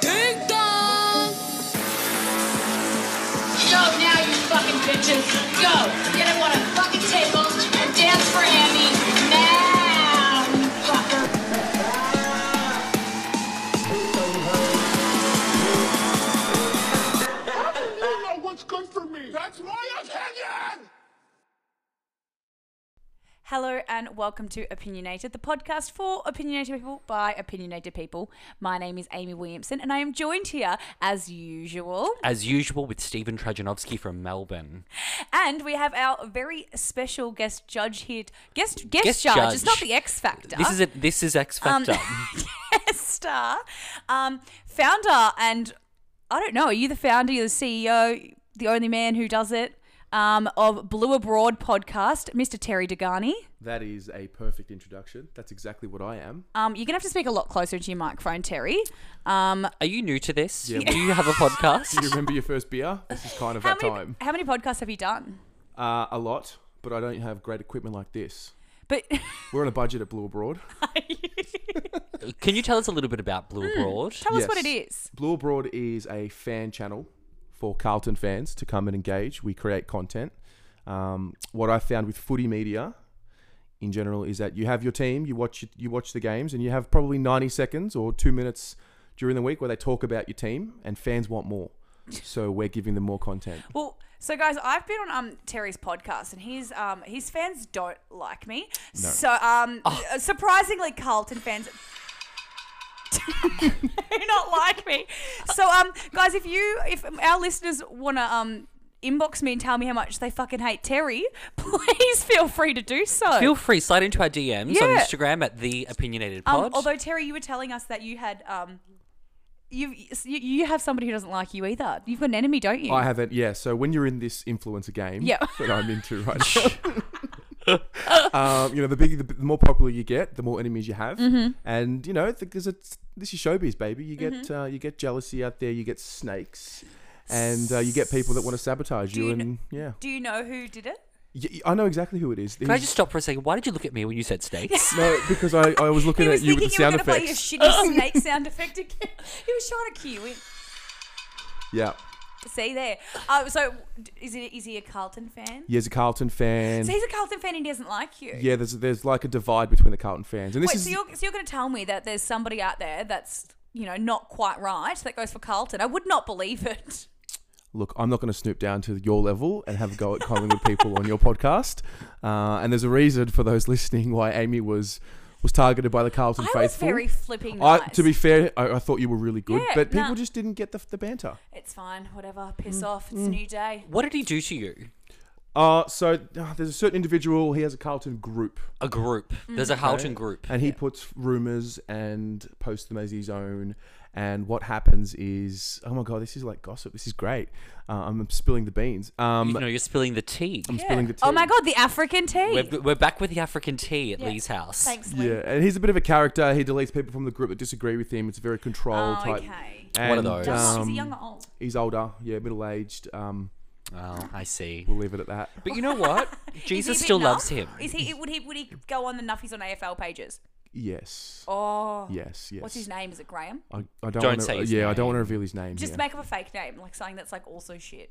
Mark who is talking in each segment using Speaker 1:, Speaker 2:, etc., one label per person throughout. Speaker 1: Ding dong!
Speaker 2: Go now, you fucking bitches. Go. Get him on a fucking table and dance for Andy now, you fucker.
Speaker 3: You know what's good for me. That's my opinion.
Speaker 4: Hello and welcome to Opinionated, the podcast for opinionated people by opinionated people. My name is Amy Williamson and I am joined here as usual.
Speaker 5: as usual with Stephen Trajanovsky from Melbourne.
Speaker 4: And we have our very special guest judge here. Guest guest,
Speaker 5: Guest
Speaker 4: judge.
Speaker 5: judge.
Speaker 4: It's not the X Factor.
Speaker 5: This is a, this is X
Speaker 4: Um,
Speaker 5: Factor.
Speaker 4: guest star. Um, founder and I don't know, are you the founder, you're the CEO, the only man who does it? Um, of Blue Abroad podcast, Mr. Terry Degani.
Speaker 6: That is a perfect introduction. That's exactly what I am.
Speaker 4: Um, you're gonna have to speak a lot closer to your microphone, Terry. Um,
Speaker 5: Are you new to this?
Speaker 6: Yeah,
Speaker 5: Do you have a
Speaker 6: Do you
Speaker 5: podcast?
Speaker 6: remember your first beer? This is kind of
Speaker 4: how
Speaker 6: that
Speaker 4: many,
Speaker 6: time.
Speaker 4: How many podcasts have you done?
Speaker 6: Uh, a lot, but I don't have great equipment like this.
Speaker 4: But
Speaker 6: We're on a budget at Blue Abroad.
Speaker 5: Can you tell us a little bit about Blue Abroad?
Speaker 4: Hmm, tell us what it
Speaker 6: Yes.
Speaker 4: is.
Speaker 6: Blue Abroad is a fan channel for Carlton fans to come and engage. We create content. Um, what I found with footy media in general is that you have your team, you watch you watch the games, and you have probably 90 seconds or two minutes during the week where they talk about your team, and fans want more. So we're giving them more content.
Speaker 4: Well, so guys, I've been on um, Terry's podcast, and his um, his fans don't like me. So um, surprisingly, Carlton fans do not like me. So um, guys, if you if our listeners wanna um. Inbox me and tell me how much they fucking hate Terry. Please feel free to do so.
Speaker 5: Feel free, slide into our DMs on
Speaker 4: Yeah.
Speaker 5: Instagram at the Opinionated
Speaker 4: Um,
Speaker 5: Pod.
Speaker 4: although Terry, you were telling us that you had um, you you you have somebody who doesn't like you either. You've got an enemy, don't you?
Speaker 6: I haven't. Yeah. So when you're in this influencer game
Speaker 4: Yeah.
Speaker 6: that I'm into right now, um, you know, the bigger, the, the more popular you get, the more enemies you have,
Speaker 4: Mm-hmm.
Speaker 6: and you know, because it's this is showbiz, baby. You get
Speaker 4: Mm-hmm.
Speaker 6: uh, you get jealousy out there. You get snakes. And uh, you get people that want to sabotage you,
Speaker 4: you kn-
Speaker 6: and yeah.
Speaker 4: Do you know who did it?
Speaker 6: Y- y- I know exactly who it is.
Speaker 5: Can I
Speaker 6: He's-
Speaker 5: just stop for a second? Why did you look at me when you said snakes?
Speaker 6: no, because I, I was looking
Speaker 4: He was
Speaker 6: at you
Speaker 4: thinking
Speaker 6: with the
Speaker 4: you were
Speaker 6: sound
Speaker 4: going to play a
Speaker 6: effects.
Speaker 4: shitty snake sound effect again. he was trying to cue in.
Speaker 6: yeah,
Speaker 4: See there. Uh, so d- is it is he a Carlton fan?
Speaker 6: yeah, he's a Carlton fan.
Speaker 4: So he's a Carlton fan and he doesn't like you.
Speaker 6: yeah, there's there's like a divide between the Carlton fans, and this
Speaker 4: Wait,
Speaker 6: is
Speaker 4: so you're so you're going to tell me that there's somebody out there that's you know not quite right that goes for Carlton? I would not believe it.
Speaker 6: look, I'm not going to snoop down to your level and have a go at Collingwood people on your podcast. Uh, and there's a reason for those listening why Amy was was targeted by the
Speaker 4: I
Speaker 6: Carlton
Speaker 4: was
Speaker 6: faithful.
Speaker 4: very flipping
Speaker 6: I-
Speaker 4: nice.
Speaker 6: to be fair, I, I thought you were really good,
Speaker 4: Yeah,
Speaker 6: but
Speaker 4: nah.
Speaker 6: people just didn't get the, the banter.
Speaker 4: it's fine, whatever. Piss
Speaker 6: Mm,
Speaker 4: off. It's a new day.
Speaker 5: What did he do to you?
Speaker 6: Uh, so uh, there's a certain individual. He has a Carlton group,
Speaker 5: A group.
Speaker 4: Mm.
Speaker 5: There's a Carlton group.
Speaker 6: and he puts rumors and posts them as his own. And what happens is, oh my god, this is like gossip. This is great. Uh, I'm spilling the beans. Um,
Speaker 5: you know, you're spilling the tea.
Speaker 6: I'm spilling the tea.
Speaker 4: Oh my god, the African tea.
Speaker 5: We're, we're back with the African tea at Lee's house.
Speaker 4: Thanks, Lee.
Speaker 6: Yeah, and he's a bit of a character. He deletes people from the group that disagree with him. It's very controlled
Speaker 4: Oh,
Speaker 6: type.
Speaker 4: okay.
Speaker 5: One of
Speaker 6: And,
Speaker 5: those.
Speaker 4: Oh, is
Speaker 6: um,
Speaker 4: he young or old?
Speaker 6: he's older, yeah, middle aged. Um,
Speaker 5: Oh, I see.
Speaker 6: we'll leave it at that.
Speaker 5: But you know what?
Speaker 4: Is he a
Speaker 5: Jesus
Speaker 4: bit
Speaker 5: still
Speaker 4: nuff?
Speaker 5: loves him.
Speaker 4: Is he? Would he? Would he go on the Nuffies on AFL pages?
Speaker 6: Yes,
Speaker 4: Oh,
Speaker 6: yes, yes.
Speaker 4: what's his name? Is it Graham?
Speaker 6: I, I don't,
Speaker 5: Don't
Speaker 6: wanna,
Speaker 5: say his
Speaker 6: Yeah, I
Speaker 5: name.
Speaker 6: don't want to reveal his name.
Speaker 4: Just
Speaker 6: here.
Speaker 4: make up a fake name, like something that's like also shit.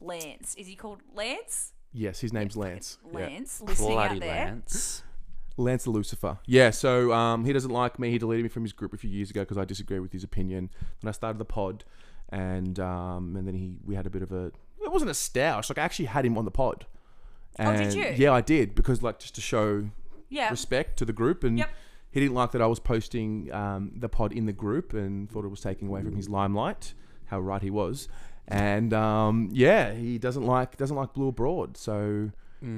Speaker 4: Lance. Is he called Lance?
Speaker 6: yes, his name's Lance. Yeah.
Speaker 4: Lance, listening
Speaker 5: Bloody
Speaker 4: out there.
Speaker 5: Lance.
Speaker 6: Lance the Lucifer. Yeah, so um, he doesn't like me. He deleted me from his group a few years ago because I disagree with his opinion. Then I started the pod, and um, and then he we had a bit of a. It wasn't a stoush. Like I actually had him on the pod.
Speaker 4: Oh, did
Speaker 6: And-
Speaker 4: you?
Speaker 6: Yeah, I did because like just to show
Speaker 4: Yeah.
Speaker 6: respect to the group and
Speaker 4: Yep.
Speaker 6: he didn't like that I was posting um, the pod in the group and thought it was taking away from his limelight. How right he was, and um, yeah, he doesn't like doesn't like blue abroad. So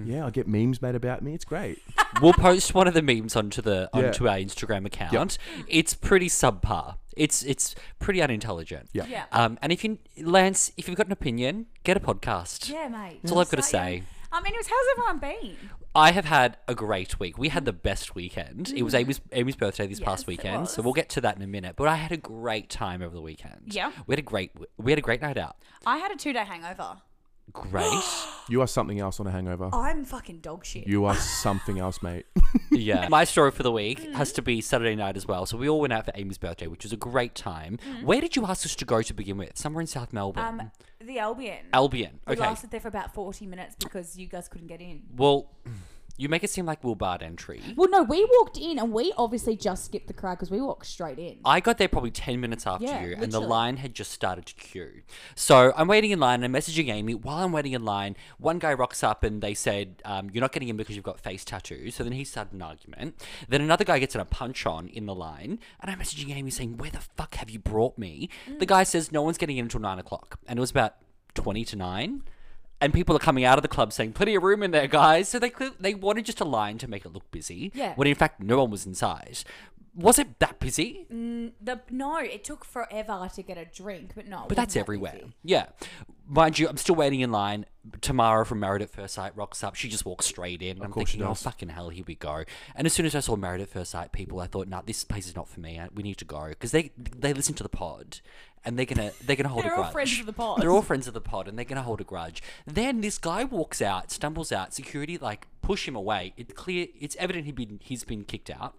Speaker 6: yeah, I get memes made about me. It's great.
Speaker 5: we'll post one of the memes onto the
Speaker 6: Yeah.
Speaker 5: onto our Instagram account. It's pretty subpar. It's it's pretty unintelligent.
Speaker 6: Yeah.
Speaker 4: Yeah.
Speaker 5: Um, and if you Lance, if you've got an opinion, get a podcast.
Speaker 4: Yeah, mate.
Speaker 5: That's all I've got to
Speaker 4: Start your-
Speaker 5: say.
Speaker 4: Um, anyways, how's everyone been?
Speaker 5: I have had a great week. We had the best weekend. It was Amy's, Amy's birthday this
Speaker 4: Mm. Yes, it
Speaker 5: past weekend, so
Speaker 4: was.
Speaker 5: we'll get to that in a minute. But I had a great time over the weekend.
Speaker 4: Yeah.
Speaker 5: we had a great we had a great night out.
Speaker 4: I had a two-day hangover.
Speaker 5: great.
Speaker 6: You are something else on a hangover.
Speaker 4: I'm fucking dog shit.
Speaker 6: You are something else, mate.
Speaker 5: yeah. My story for the week has to be Saturday night as well. So we all went out for Amy's birthday, which was a great time. Where did you ask us to go to begin with? Somewhere in South Melbourne.
Speaker 4: Mm-hmm. um, the Albion.
Speaker 5: Albion.
Speaker 4: We
Speaker 5: Okay.
Speaker 4: lasted there for about 40 minutes because you guys couldn't get in.
Speaker 5: well, you make it seem like Will Bard entry.
Speaker 7: Well, no, we walked in and we obviously just skipped the crowd because we walked straight in.
Speaker 5: I got there probably 10 minutes after
Speaker 7: Yeah,
Speaker 5: you, and the
Speaker 7: literally.
Speaker 5: line had just started to queue. So I'm waiting in line, and I'm messaging Amy. While I'm waiting in line, one guy rocks up and they said, um, You're not getting in because you've got face tattoos. So then he started an argument. Then another guy gets in a punch on in the line, and I'm messaging Amy saying, Where the fuck have you brought me?
Speaker 7: Mm.
Speaker 5: The guy says, No one's getting in until 9 o'clock. And it was about 20 to 9. And people are coming out of the club saying, "Plenty of room in there, guys." So they cle- they wanted just a line to make it look busy.
Speaker 4: Yeah.
Speaker 5: When in fact, no one was inside. Was it that busy?
Speaker 4: The No, it took forever to get a drink, but no. it
Speaker 5: But
Speaker 4: wasn't
Speaker 5: that's
Speaker 4: that
Speaker 5: everywhere.
Speaker 4: busy.
Speaker 5: Yeah. Mind you, I'm still waiting in line. Tamara from Married at First Sight rocks up. She just walks straight in. I'm
Speaker 6: course she
Speaker 5: thinking, oh,
Speaker 6: does.
Speaker 5: fucking hell, here we go. And as soon as I saw Married at First Sight people, I thought, nah, this place is not for me. I- We need to go. Because they, they listen to the pod. And they're gonna they're gonna hold
Speaker 4: They're
Speaker 5: a
Speaker 4: all
Speaker 5: grudge.
Speaker 4: friends of the pod.
Speaker 5: They're all friends of the pod, and they're gonna hold a grudge. Then this guy walks out, stumbles out. Security like push him away. It's clear. It's evident he been he's been kicked out.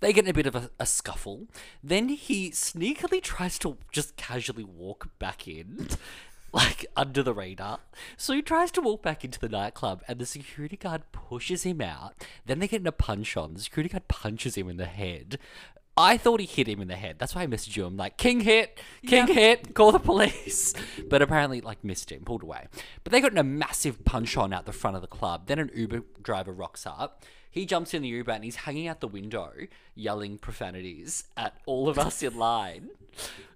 Speaker 5: They get in a bit of a, a scuffle. Then he sneakily tries to just casually walk back in, like under the radar. So he tries to walk back into the nightclub, and the security guard pushes him out. Then they get in a punch on. The security guard punches him in the head. I thought he hit him in the head. That's why I messaged you. I'm like, King hit, King hit, call the police. But apparently, like, missed him, pulled away. But they got in a massive punch on out the front of the club. Then an Uber driver rocks up. He jumps in the Uber and he's hanging out the window, yelling profanities at all of us in line.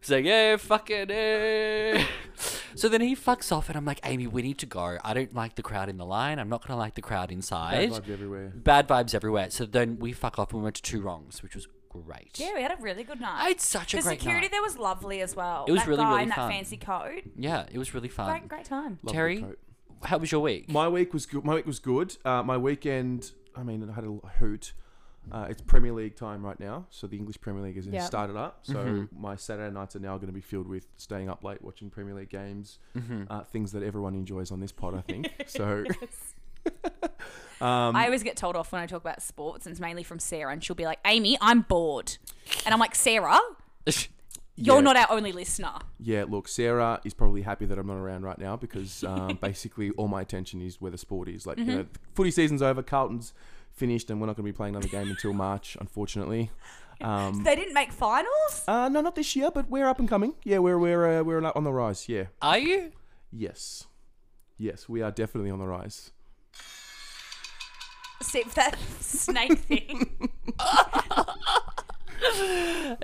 Speaker 5: He's like, yeah, fucking eh. So then he fucks off, and I'm like, Amy, we need to go. I don't like the crowd in the line. I'm not going to like the crowd inside.
Speaker 6: vibes everywhere.
Speaker 5: Bad vibes everywhere. So then we fuck off and we went to Two Wrongs, which was great.
Speaker 4: Yeah, we had a really good night.
Speaker 5: I had such a
Speaker 4: the
Speaker 5: great
Speaker 4: security
Speaker 5: night.
Speaker 4: there was lovely as well.
Speaker 5: It was
Speaker 4: that
Speaker 5: really,
Speaker 4: guy
Speaker 5: really
Speaker 4: in that
Speaker 5: fun. Mm.
Speaker 4: fancy coat.
Speaker 5: Yeah, it was really fun.
Speaker 4: Great, great time.
Speaker 5: Terry,
Speaker 6: coat.
Speaker 5: how was your week?
Speaker 6: My week was good. My week was good. Uh, my weekend, I mean, I had a hoot. Uh, it's Premier League time right now, so the English Premier League has
Speaker 7: Yeah.
Speaker 6: started up. So my Saturday nights are now going to be filled with staying up late, watching Premier League games, uh, things that everyone enjoys on this pod, I think. so
Speaker 4: I always get told off when I talk about sports, and it's mainly from Sarah, and she'll be like, Amy, I'm bored. And I'm like, Sarah, you're
Speaker 6: yeah.
Speaker 4: not our only listener.
Speaker 6: Yeah, look, Sarah is probably happy that I'm not around right now because um, basically all my attention is where the sport is. Like, you know, footy season's over, Carlton's finished, and we're not going to be playing another game until March, unfortunately.
Speaker 5: Mm.
Speaker 4: They didn't make finals?
Speaker 6: Uh, no, not this year, but we're up and coming. Yeah, we're we're uh, we're on the rise. Yeah,
Speaker 5: Are you?
Speaker 6: yes, yes, we are definitely on the rise.
Speaker 4: Except that snake thing.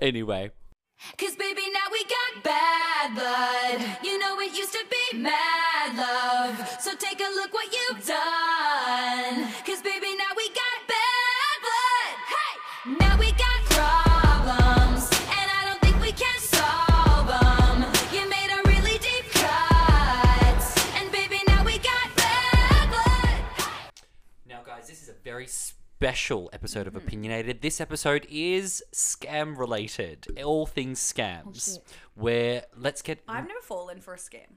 Speaker 5: Anyway.
Speaker 1: Cause baby, now we got bad blood. You know it used to be mad love. So take a look what you've done. Cause baby, now we got bad blood. Hey, now we got problems. And I don't think we can solve them. You made a really deep cut. And baby, now we got bad blood. Hey.
Speaker 5: Now, guys, this is a very special episode
Speaker 4: Hmm.
Speaker 5: of Opinionated. This episode is scam related, all things
Speaker 4: Oh,
Speaker 5: scams. where let's get.
Speaker 4: I've never fallen for a scam.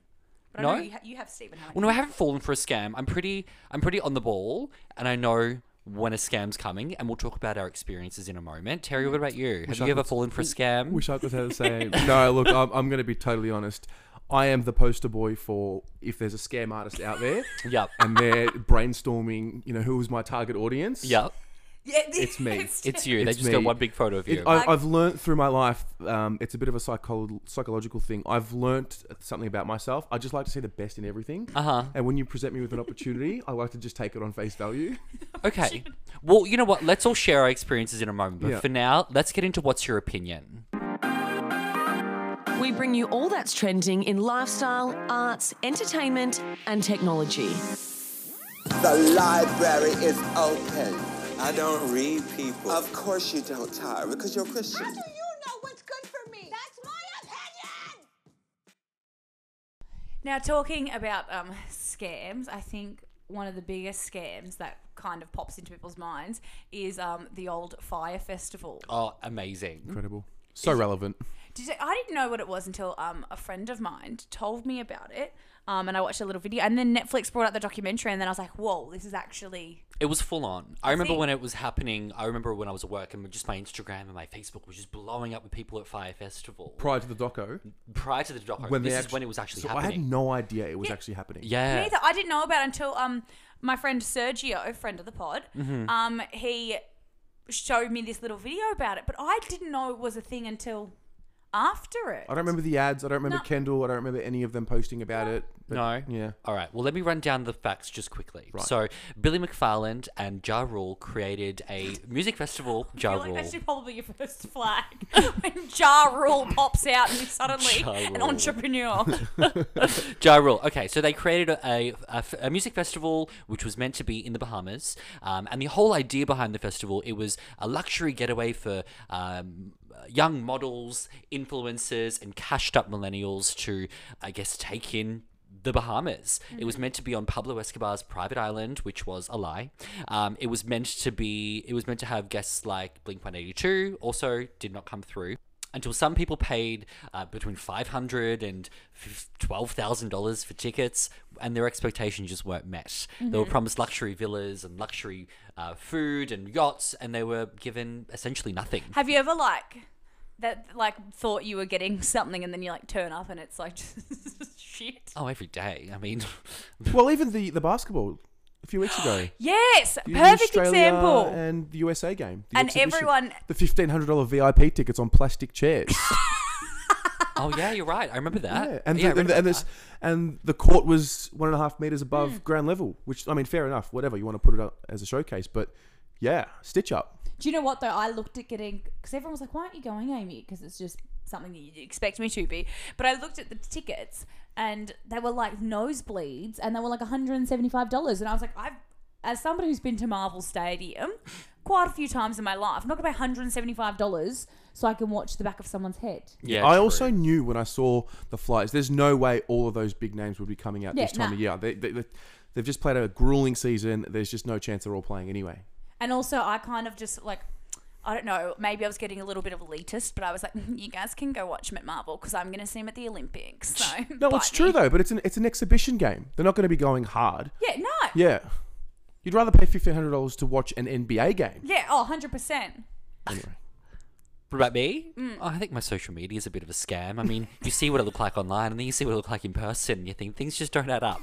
Speaker 4: But
Speaker 5: No?
Speaker 4: I know you, ha- you have, Stephen, haven't
Speaker 5: well, no, I haven't fallen for a scam. I'm pretty. I'm pretty on the ball, and I know when a scam's coming. And we'll talk about our experiences in a moment. Terry, what about you? Have
Speaker 6: I
Speaker 5: you ever
Speaker 6: could-
Speaker 5: fallen for a scam?
Speaker 6: Wish I could say the same. no, look, I'm, I'm going to be totally honest. I am the poster boy for if there's a scam artist out there,
Speaker 5: Yep.
Speaker 6: and they're brainstorming. You know, who is my target audience?
Speaker 5: Yep.
Speaker 4: Yeah,
Speaker 6: It's me.
Speaker 5: It's you. they
Speaker 6: It's
Speaker 5: just got
Speaker 6: me.
Speaker 5: one big photo of you.
Speaker 6: It, I, I've learned through my life. Um, it's a bit of a psycholo- psychological thing. I've learnt something about myself. I just like to see the best in everything. Uh
Speaker 5: Uh-huh.
Speaker 6: huh. And when you present me with an opportunity, I like to just take it on face value.
Speaker 5: okay. Well, you know what? Let's all share our experiences in a moment. But
Speaker 6: Yeah.
Speaker 5: for now, let's get into what's your opinion.
Speaker 8: We bring you all that's trending in lifestyle, arts, entertainment, and technology.
Speaker 9: The library is open. I don't read people. Of course you don't, Tyra, because you're a Christian.
Speaker 1: You know what's good for me. That's my opinion.
Speaker 4: Now, talking about um, scams, I think one of the biggest scams that kind of pops into people's minds is um, the old fire festival.
Speaker 5: Oh, amazing.
Speaker 6: Incredible. So relevant.
Speaker 4: Did you- I didn't know what it was until um, a friend of mine told me about it. Um, and I watched a little video, and then Netflix brought out the documentary, and then I was like, "Whoa, this is actually
Speaker 5: It was full on. I remember when it was happening. I remember when I was at work and just my Instagram and my Facebook was just blowing up with people at Fire Festival.
Speaker 6: Prior to the doco,
Speaker 5: Prior to the doco,
Speaker 6: when
Speaker 5: this
Speaker 6: they
Speaker 5: is
Speaker 6: actu-
Speaker 5: when it was actually
Speaker 6: so
Speaker 5: happening.
Speaker 6: I had no idea it was actually happening.
Speaker 5: yeah.
Speaker 4: Me either. I didn't know about it until um my friend Sergio, friend of the pod,
Speaker 6: Mm-hmm.
Speaker 4: um he showed me this little video about it, but I didn't know it was a thing until after it.
Speaker 6: I don't remember the ads. I don't remember
Speaker 4: No.
Speaker 6: Kendall. I don't remember any of them posting about it. but
Speaker 5: No.
Speaker 6: Yeah.
Speaker 5: All right. Well, let me run down the facts just quickly. So, Billy McFarland and Ja Rule created a music festival.
Speaker 4: I
Speaker 5: Ja
Speaker 4: feel like
Speaker 5: Rule.
Speaker 4: that should probably be your first flag when Ja Rule pops out and he's suddenly
Speaker 5: Ja
Speaker 4: an
Speaker 5: Rule.
Speaker 4: entrepreneur.
Speaker 5: Ja Rule. Okay, so they created a, a, a f- a music festival which was meant to be in the Bahamas, um, and the whole idea behind the festival it was a luxury getaway for um, young models, influencers, and cashed-up millennials to, I guess, take in. The Bahamas. It was meant to be on Pablo Escobar's private island, which was a lie. Um, it was meant to be. It was meant to have guests like Blink One Eighty Two. Also, did not come through until some people paid uh, between five hundred and twelve thousand dollars for tickets, and their expectations just weren't met. They were
Speaker 6: Mm-hmm.
Speaker 5: promised luxury villas and luxury uh, food and yachts, and they were given essentially nothing.
Speaker 4: Have you ever like that like thought you were getting something and then you like turn up and it's like just shit?
Speaker 5: Oh, every day. I mean,
Speaker 6: Well, even the the basketball a few weeks ago.
Speaker 4: Yes,
Speaker 6: The
Speaker 4: perfect
Speaker 6: Australia
Speaker 4: example.
Speaker 6: And the USA game. the
Speaker 4: And
Speaker 6: exhibition.
Speaker 4: everyone-
Speaker 6: The fifteen hundred dollar VIP tickets on plastic chairs.
Speaker 5: oh yeah, you're right. I remember that.
Speaker 6: yeah. And
Speaker 5: I
Speaker 6: the,
Speaker 5: read
Speaker 6: and, the,
Speaker 5: about
Speaker 6: and this and the court was one and a half meters above ground level. Which I mean, fair enough. Whatever you want to put it up as a showcase, but yeah, stitch up.
Speaker 7: Do you know what though? I looked at getting because everyone was like, "Why aren't you going, Amy?" Because it's just something that you'd expect me to be. But I looked at the tickets and they were like nosebleeds, and they were like one hundred and seventy-five dollars, and I was like, "I've." As somebody who's been to Marvel Stadium quite a few times in my life, I'm not gonna pay $175 so I can watch the back of someone's head.
Speaker 5: that. Yeah,
Speaker 6: I
Speaker 5: true.
Speaker 6: also knew when I saw the flyers. There's no way all of those big names would be coming out
Speaker 7: Yeah,
Speaker 6: this time
Speaker 7: nah.
Speaker 6: of year. They, they, they, they've just played a grueling season. There's just no chance they're all playing anyway.
Speaker 4: And also, I kind of just like, I don't know, maybe I was getting a little bit of elitist, but I was like, you guys can go watch him at Marvel because I'm going to see him at the Olympics. So
Speaker 6: No,
Speaker 4: bite
Speaker 6: it's true
Speaker 4: me.
Speaker 6: though. But it's an it's an exhibition game. They're not going to be going hard.
Speaker 4: Yeah, no. Yeah.
Speaker 6: Yeah. You'd rather pay fifteen hundred dollars to watch an NBA game.
Speaker 4: oh, 100%.
Speaker 6: Anyway.
Speaker 5: What about me? Oh, I think my social media is a bit of a scam. I mean, you see what it looked like online, and then you see what it looked like in person, and you think things just don't add up.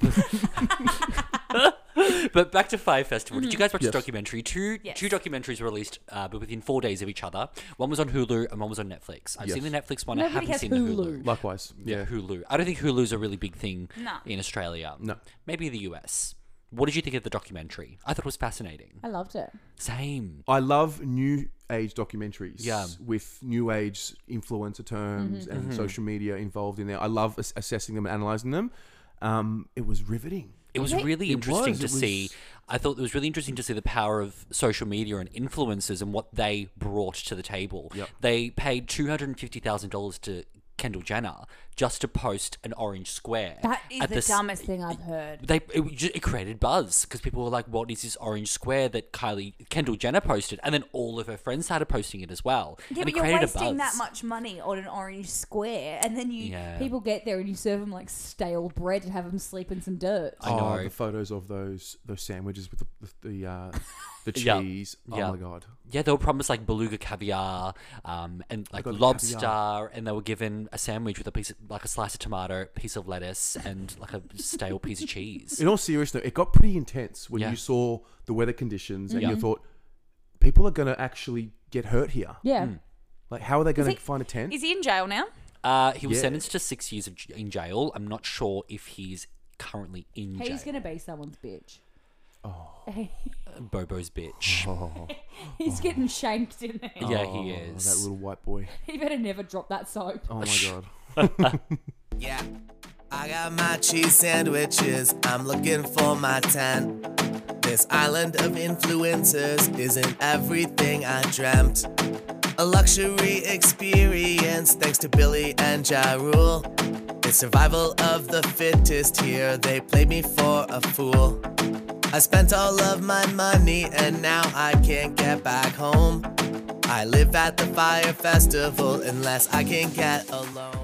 Speaker 5: but back to Fire Festival. Did you guys watch the documentary? Two two documentaries were released, uh, but within four days of each other. One was on Hulu, and one was on Netflix. I've seen the Netflix one. I
Speaker 7: Nobody
Speaker 5: haven't
Speaker 7: has
Speaker 5: seen the Hulu.
Speaker 6: Likewise.
Speaker 5: Yeah, Hulu. I don't think Hulu's a really big thing
Speaker 4: No.
Speaker 5: in Australia.
Speaker 6: No.
Speaker 5: maybe the US. What did you think of the documentary? I thought it was fascinating.
Speaker 7: I loved it.
Speaker 5: Same.
Speaker 6: I love new age documentaries
Speaker 5: Yeah. Mm-hmm.
Speaker 6: with new age influencer terms and social media involved in there. I love ass- assessing them and analyzing them. Um, it was riveting.
Speaker 5: It was really
Speaker 6: It
Speaker 5: interesting
Speaker 6: was,
Speaker 5: to
Speaker 6: it was-
Speaker 5: see. I thought it was really interesting to see the power of social media and influencers and what they brought to the table. They paid two hundred and fifty thousand dollars to Kendall Jenner just to post an orange square.
Speaker 7: That is
Speaker 5: at
Speaker 7: the
Speaker 5: s-
Speaker 7: dumbest thing I've heard.
Speaker 5: They it, was ju- it created buzz because people were like, "What is this orange square that Kylie Kendall Jenner posted?" And then all of her friends started posting it as well.
Speaker 4: Yeah,
Speaker 5: and
Speaker 4: but
Speaker 5: it
Speaker 4: you're
Speaker 5: created a
Speaker 4: wasting that
Speaker 5: buzz.
Speaker 4: much money on an orange square, and then you.
Speaker 5: Yeah.
Speaker 7: People get there and you serve them like stale bread and have them sleep in some dirt.
Speaker 5: I know.
Speaker 6: Oh, the photos of those those sandwiches with the with the uh, the
Speaker 5: Yeah.
Speaker 6: cheese. Oh
Speaker 5: Yeah.
Speaker 6: my god.
Speaker 5: Yeah, they were promised like beluga caviar, um, and like
Speaker 6: got the
Speaker 5: lobster,
Speaker 6: caviar.
Speaker 5: and they were given a sandwich with a piece of like a slice of tomato, piece of lettuce, and like a stale piece of cheese.
Speaker 6: In all seriousness, it got pretty intense when
Speaker 5: Yeah.
Speaker 6: you saw the weather conditions and
Speaker 5: Yeah.
Speaker 6: you thought people are going to actually get hurt here.
Speaker 7: Yeah.
Speaker 6: Like, how are they going
Speaker 4: he-
Speaker 6: to find a
Speaker 5: Mm.
Speaker 6: tent?
Speaker 4: Is he in jail now?
Speaker 5: Uh, he was
Speaker 6: Yeah.
Speaker 5: sentenced to six years of, j- in jail. I'm not sure if he's currently in jail.
Speaker 7: He's going to be someone's bitch.
Speaker 5: Bobo's bitch.
Speaker 7: He's getting shanked in there.
Speaker 5: Yeah, he
Speaker 6: Oh,
Speaker 5: is.
Speaker 6: that little white boy.
Speaker 7: He better never drop that soap.
Speaker 6: Oh my god.
Speaker 10: Yeah. I got my cheese sandwiches. I'm looking for my tan. This island of influencers isn't everything I dreamt. A luxury experience thanks to Billy and Ja Rule. It's survival of the fittest here. They played me for a fool. I spent all of my money and now I can't get back home. I live at the fire festival unless I can get a loan.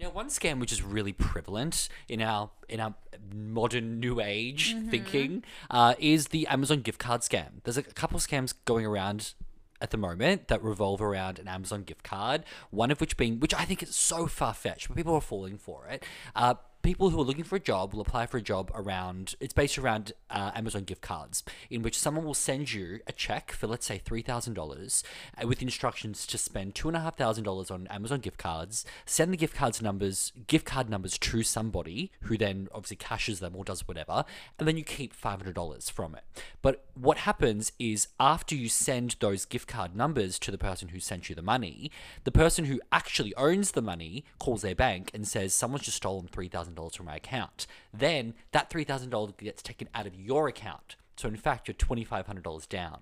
Speaker 5: Now, one scam which is really prevalent in our in our modern new age thinking uh, is the Amazon gift card scam. There's a couple scams going around at the moment that revolve around an Amazon gift card. One of which being, which I think is so far fetched, but people are falling for it. Uh, people who are looking for a job will apply for a job around it's based around uh, amazon gift cards in which someone will send you a check for let's say $3000 uh, with instructions to spend $2500 on amazon gift cards send the gift cards numbers gift card numbers to somebody who then obviously cashes them or does whatever and then you keep $500 from it but what happens is after you send those gift card numbers to the person who sent you the money the person who actually owns the money calls their bank and says someone's just stolen $3000 from my account then that $3000 gets taken out of your account so in fact you're $2500 down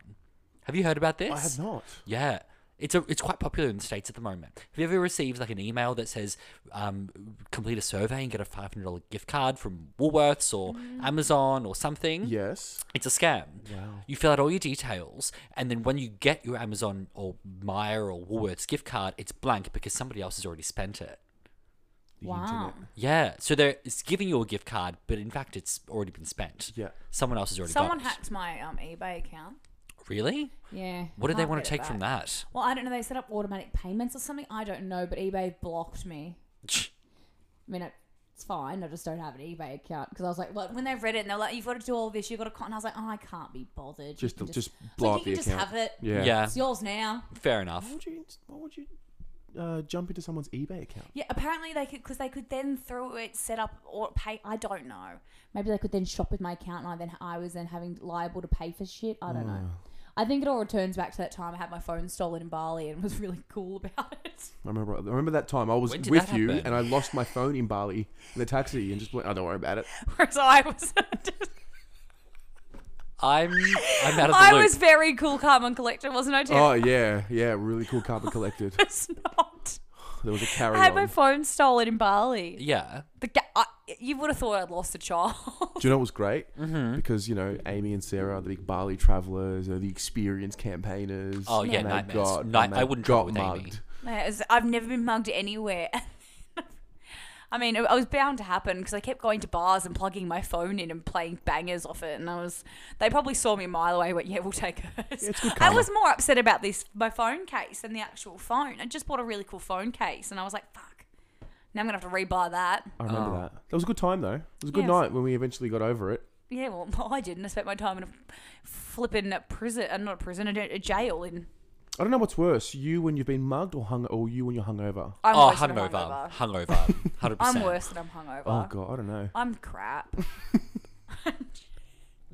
Speaker 5: have you heard about this
Speaker 6: I have not.
Speaker 5: yeah. It's, a, it's quite popular in the States at the moment. Have you ever received like an email that says, um, complete a survey and get a $500 gift card from Woolworths or
Speaker 4: Mm.
Speaker 5: Amazon or something?
Speaker 6: Yes.
Speaker 5: It's a scam. Wow. You fill out all your details, and then when you get your Amazon or Meyer or Woolworths gift card, it's blank because somebody else has already spent it.
Speaker 6: The wow. Internet.
Speaker 5: Yeah. So they're it's giving you a gift card, but in fact, it's already been spent.
Speaker 6: Yeah.
Speaker 5: Someone else has already
Speaker 4: Someone
Speaker 5: got it.
Speaker 4: hacked my um, eBay account.
Speaker 5: Really?
Speaker 4: Yeah.
Speaker 5: What did they
Speaker 4: can't
Speaker 5: want
Speaker 4: get
Speaker 5: to
Speaker 4: it
Speaker 5: take from
Speaker 4: back.
Speaker 5: that?
Speaker 4: Well, I don't know. They set up automatic payments or something. I don't know, but eBay blocked me. I mean, it's fine. I just don't have an eBay account because I was like, well, when they read it and they're like, you've got to do all this, you've got to. con-" And I was like, oh, I can't be bothered. You
Speaker 6: Just-
Speaker 4: can
Speaker 6: just
Speaker 4: I was
Speaker 6: blow
Speaker 4: like,
Speaker 6: up
Speaker 4: You
Speaker 6: the
Speaker 4: can
Speaker 6: account."
Speaker 4: just have it.
Speaker 6: Yeah.
Speaker 5: yeah.
Speaker 4: It's yours now.
Speaker 5: Fair enough.
Speaker 6: Why would you? Why would you uh, jump into someone's eBay account?
Speaker 4: Yeah, apparently they could because they could then through it set up or pay. I don't know. Maybe they could then shop with my account, and I then I was then having liable to pay for shit. I don't
Speaker 6: Mm.
Speaker 4: know. I think it all returns back to that time I had my phone stolen in Bali and was really cool about it.
Speaker 6: I remember. I remember that time I was
Speaker 5: When did
Speaker 6: with
Speaker 5: that
Speaker 6: you
Speaker 5: happen?
Speaker 6: and I lost my phone in Bali in the taxi and just went. I don't worry about it.
Speaker 4: Whereas I was,
Speaker 5: I'm I'm out of the
Speaker 4: I
Speaker 5: loop.
Speaker 4: was very cool, calm, and collected, wasn't I? Tim?
Speaker 6: Oh yeah, yeah. Really cool carbon collected.
Speaker 4: it's not.
Speaker 6: There was a carry
Speaker 4: I had my
Speaker 6: on.
Speaker 4: phone stolen in Bali.
Speaker 5: Yeah.
Speaker 4: The ga- I, you would have thought I'd lost a child.
Speaker 6: Do you know what was great? Mm-hmm. Because you know Amy and Sarah are the big Bali travelers, are the experienced campaigners.
Speaker 5: Oh, yeah,
Speaker 6: and they
Speaker 5: nightmares.
Speaker 6: got-
Speaker 5: Night-
Speaker 6: and
Speaker 5: I
Speaker 6: they
Speaker 5: wouldn't
Speaker 6: got
Speaker 5: travel with Amy.
Speaker 6: mugged.
Speaker 4: Mate, it was- I've never been mugged anywhere. I mean, it was bound to happen because I kept going to bars and plugging my phone in and playing bangers off it, and I was—they probably saw me a mile away. Went, yeah, we'll take hers.
Speaker 6: it's good
Speaker 4: I
Speaker 6: karma.
Speaker 4: was more upset about this my phone case than the actual phone. I just bought a really cool phone case, and I was like, fuck. Now I'm gonna have to rebuy that.
Speaker 6: I remember that. That was a good time though. It was a good
Speaker 4: Oh. Yes.
Speaker 6: night when we eventually got over it.
Speaker 4: Yeah, well, I didn't. I spent my time in a flipping a prison, uh, not a prison, a, a jail. In
Speaker 6: I don't know what's worse, you when you've been mugged or hung, or you when you're hungover.
Speaker 4: I'm
Speaker 5: oh,
Speaker 4: worse than I'm
Speaker 5: hungover.
Speaker 4: hungover.
Speaker 5: Hungover. 100%.
Speaker 4: I'm worse than I'm hungover.
Speaker 6: Oh god, I don't know.
Speaker 4: I'm crap.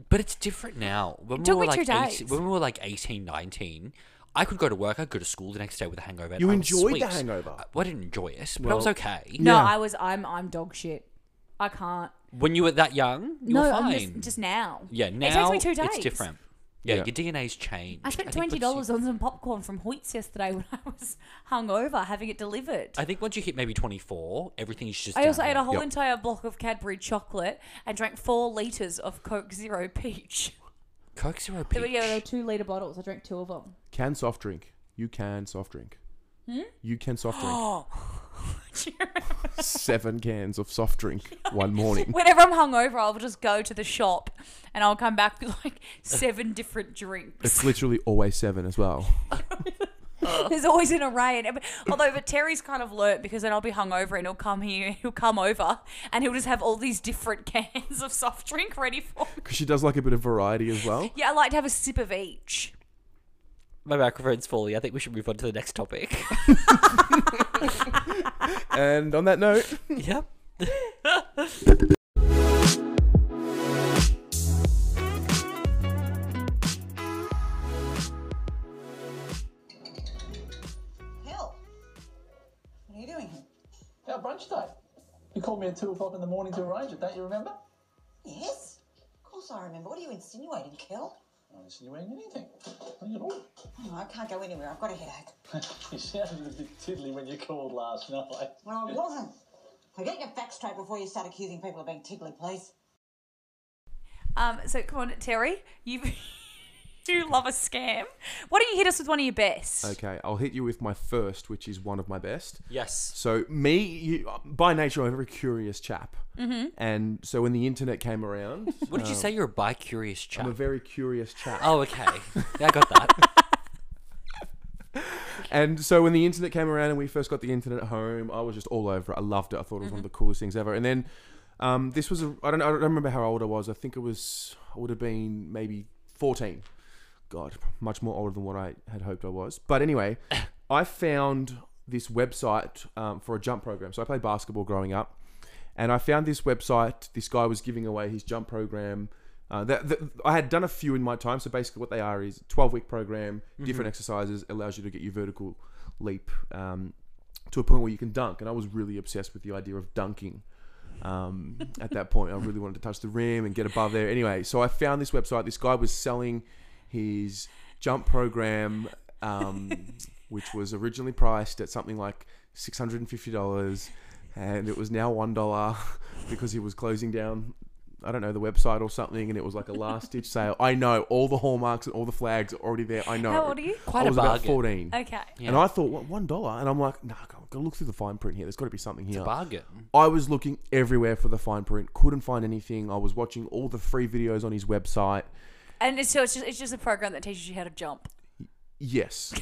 Speaker 5: But it's different now. When we
Speaker 4: took
Speaker 5: were
Speaker 4: me
Speaker 5: like
Speaker 4: two
Speaker 5: 18,
Speaker 4: days.
Speaker 5: when we were like 18, 19, I could go to work, I'd go to school the next day with a hangover. and
Speaker 6: You
Speaker 5: I was
Speaker 6: enjoyed the
Speaker 5: sweet.
Speaker 6: hangover?
Speaker 5: I, well, I didn't enjoy it, but I was
Speaker 6: Well-
Speaker 5: okay.
Speaker 4: No,
Speaker 6: Yeah.
Speaker 4: I was. I'm. I'm dog shit. I can't.
Speaker 5: When you were that young, you
Speaker 4: no,
Speaker 5: were
Speaker 4: I'm
Speaker 5: fine.
Speaker 4: just, just now.
Speaker 5: yeah, now
Speaker 4: it takes me two days.
Speaker 5: it's different. Yeah,
Speaker 6: Yeah.
Speaker 5: your DNA's changed.
Speaker 4: I spent
Speaker 5: think
Speaker 4: twenty
Speaker 5: once
Speaker 4: dollars on some popcorn from Hoyt's yesterday when I was hungover, having it delivered.
Speaker 5: you- I think once you hit maybe 24, everything's just.
Speaker 4: I also ate a
Speaker 5: downhill.
Speaker 4: whole
Speaker 6: Yep.
Speaker 4: entire block of Cadbury chocolate and drank four liters of Coke Zero Peach.
Speaker 5: Coke Zero
Speaker 4: There we go. There were
Speaker 5: Peach.
Speaker 4: two liter bottles. I drank two of them.
Speaker 6: Can soft drink. You can soft drink.
Speaker 4: Hmm?
Speaker 6: You can soft drink. Seven cans of soft drink one morning.
Speaker 4: Whenever I'm hungover, I'll just go to the shop and I'll come back with like seven different drinks.
Speaker 6: It's literally always seven as well.
Speaker 4: There's always an array. And, although, but Terry's kind of learnt because then I'll be hungover and he'll come here, he'll come over, and he'll just have all these different cans of soft drink ready for me.
Speaker 6: Because she does like a bit of variety as well.
Speaker 4: Yeah, I like to have a sip of each.
Speaker 5: My microphone's falling. I think we should move on to the next topic.
Speaker 6: And on that note,
Speaker 5: yep.
Speaker 11: Hell, what are you doing here?
Speaker 12: Our brunch time. You called me at two o'clock in the morning to arrange it, don't you remember?
Speaker 11: Yes, of course I remember. What are you insinuating, Kel?
Speaker 12: I'm not insinuating anything. Nothing at all.
Speaker 11: Oh, I can't go anywhere. I've got a headache.
Speaker 12: you sounded a bit tiddly when you called last night.
Speaker 11: Well, I wasn't. So get your facts straight before you start accusing people of being tickly, please.
Speaker 4: Um, so come on, Terry, you've Do you love a scam? Why don't you hit us with one of your best?
Speaker 6: Okay, I'll hit you with my first, which is one of my best.
Speaker 5: Yes.
Speaker 6: So me, you, by nature, I'm a very curious chap,
Speaker 5: Mhm.
Speaker 6: and so when the internet came around,
Speaker 5: What did you say? You're a bi-curious chap.
Speaker 6: Um, I'm a very curious chap.
Speaker 5: Oh, okay. Yeah, I got that.
Speaker 6: And so when the internet came around and we first got the internet at home, I was just all over it. I loved it. I thought it was one
Speaker 5: Mm-hmm.
Speaker 6: of the coolest things ever. And then um, this was a, I don't know, I don't remember how old I was. I think it was I would have been maybe 14. God, much more older than what I had hoped I was. But anyway, I found this website um, for a jump program. So I played basketball growing up, and I found this website. This guy was giving away his jump program. Uh, that, that- I had done a few in my time. So basically, what they are is 12 week program, different
Speaker 5: Mhm.
Speaker 6: exercises, allows you to get your vertical leap um, to a point where you can dunk. And I was really obsessed with the idea of dunking. Um, at that point, I really wanted to touch the rim and get above there. Anyway, so I found this website. This guy was selling his jump program, um, which was originally priced at something like six hundred and fifty dollars, and it was now one dollar because he was closing down. I don't know the website or something, and it was like a last ditch sale. I know all the hallmarks and all the flags are already there. I know.
Speaker 4: How old are you? Quite
Speaker 6: I
Speaker 4: a
Speaker 6: was about
Speaker 4: bargain.
Speaker 6: fourteen.
Speaker 4: Okay.
Speaker 6: And
Speaker 5: Yeah.
Speaker 6: I thought what one dollar, and I'm like, nah, I've got to look through the fine print here. There's got to be something here.
Speaker 5: a bargain.
Speaker 6: I was looking everywhere for the fine print, couldn't find anything. I was watching all the free videos on his website.
Speaker 4: And it's, so it's just it's just a program that teaches you how to jump.
Speaker 6: Yes.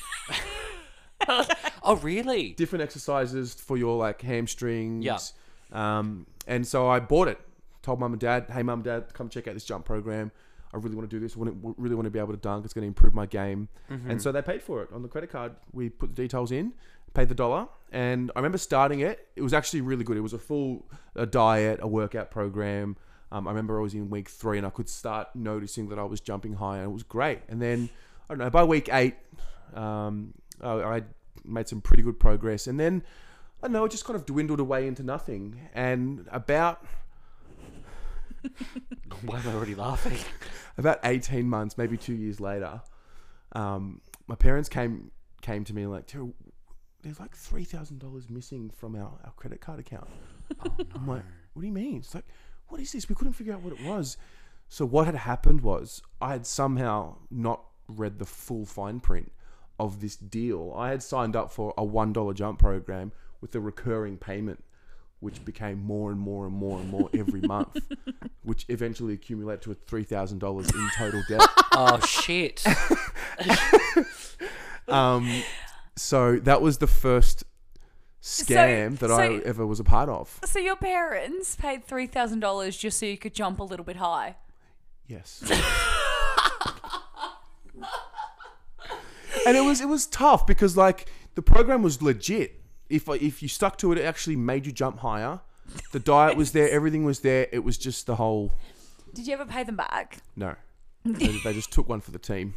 Speaker 5: oh, really?
Speaker 6: Different exercises for your like hamstrings.
Speaker 5: Yeah.
Speaker 6: Um, and so I bought it. Told mum and dad, hey mum, dad, come check out this jump program. I really want to do this. I want to, really want to be able to dunk. It's going to improve my game.
Speaker 5: Mhm.
Speaker 6: And so they paid for it on the credit card. We put the details in, paid the dollar, and I remember starting it. It was actually really good. It was a full a diet, a workout program. Um, I remember I was in week three, and I could start noticing that I was jumping higher. and It was great. And then I don't know by week eight, um, I, I made some pretty good progress. And then I don't know it just kind of dwindled away into nothing. And about
Speaker 5: Why am I already laughing?
Speaker 6: about 18 months, maybe two years later, um, my parents came came to me and like, Terry, there's like three thousand dollars missing from our, our credit card account. I'm like, what do you mean? It's like, what is this? We couldn't figure out what it was. So what had happened was I had somehow not read the full fine print of this deal. I had signed up for a one dollar jump program with a recurring payment, which became more and more and more and more every month, which eventually accumulated to three thousand dollars in total debt.
Speaker 5: Oh shit.
Speaker 6: um, so that was the first scam that I
Speaker 4: so-
Speaker 6: ever was a part of.
Speaker 4: So your parents paid three thousand dollars just so you could jump a little bit high.
Speaker 6: Yes. and it was it was tough because like the program was legit. If I- if you stuck to it, it actually made you jump higher. The diet was there, everything was there. It was just the whole
Speaker 4: Did you ever pay them back?
Speaker 6: no. They they just took one for the team.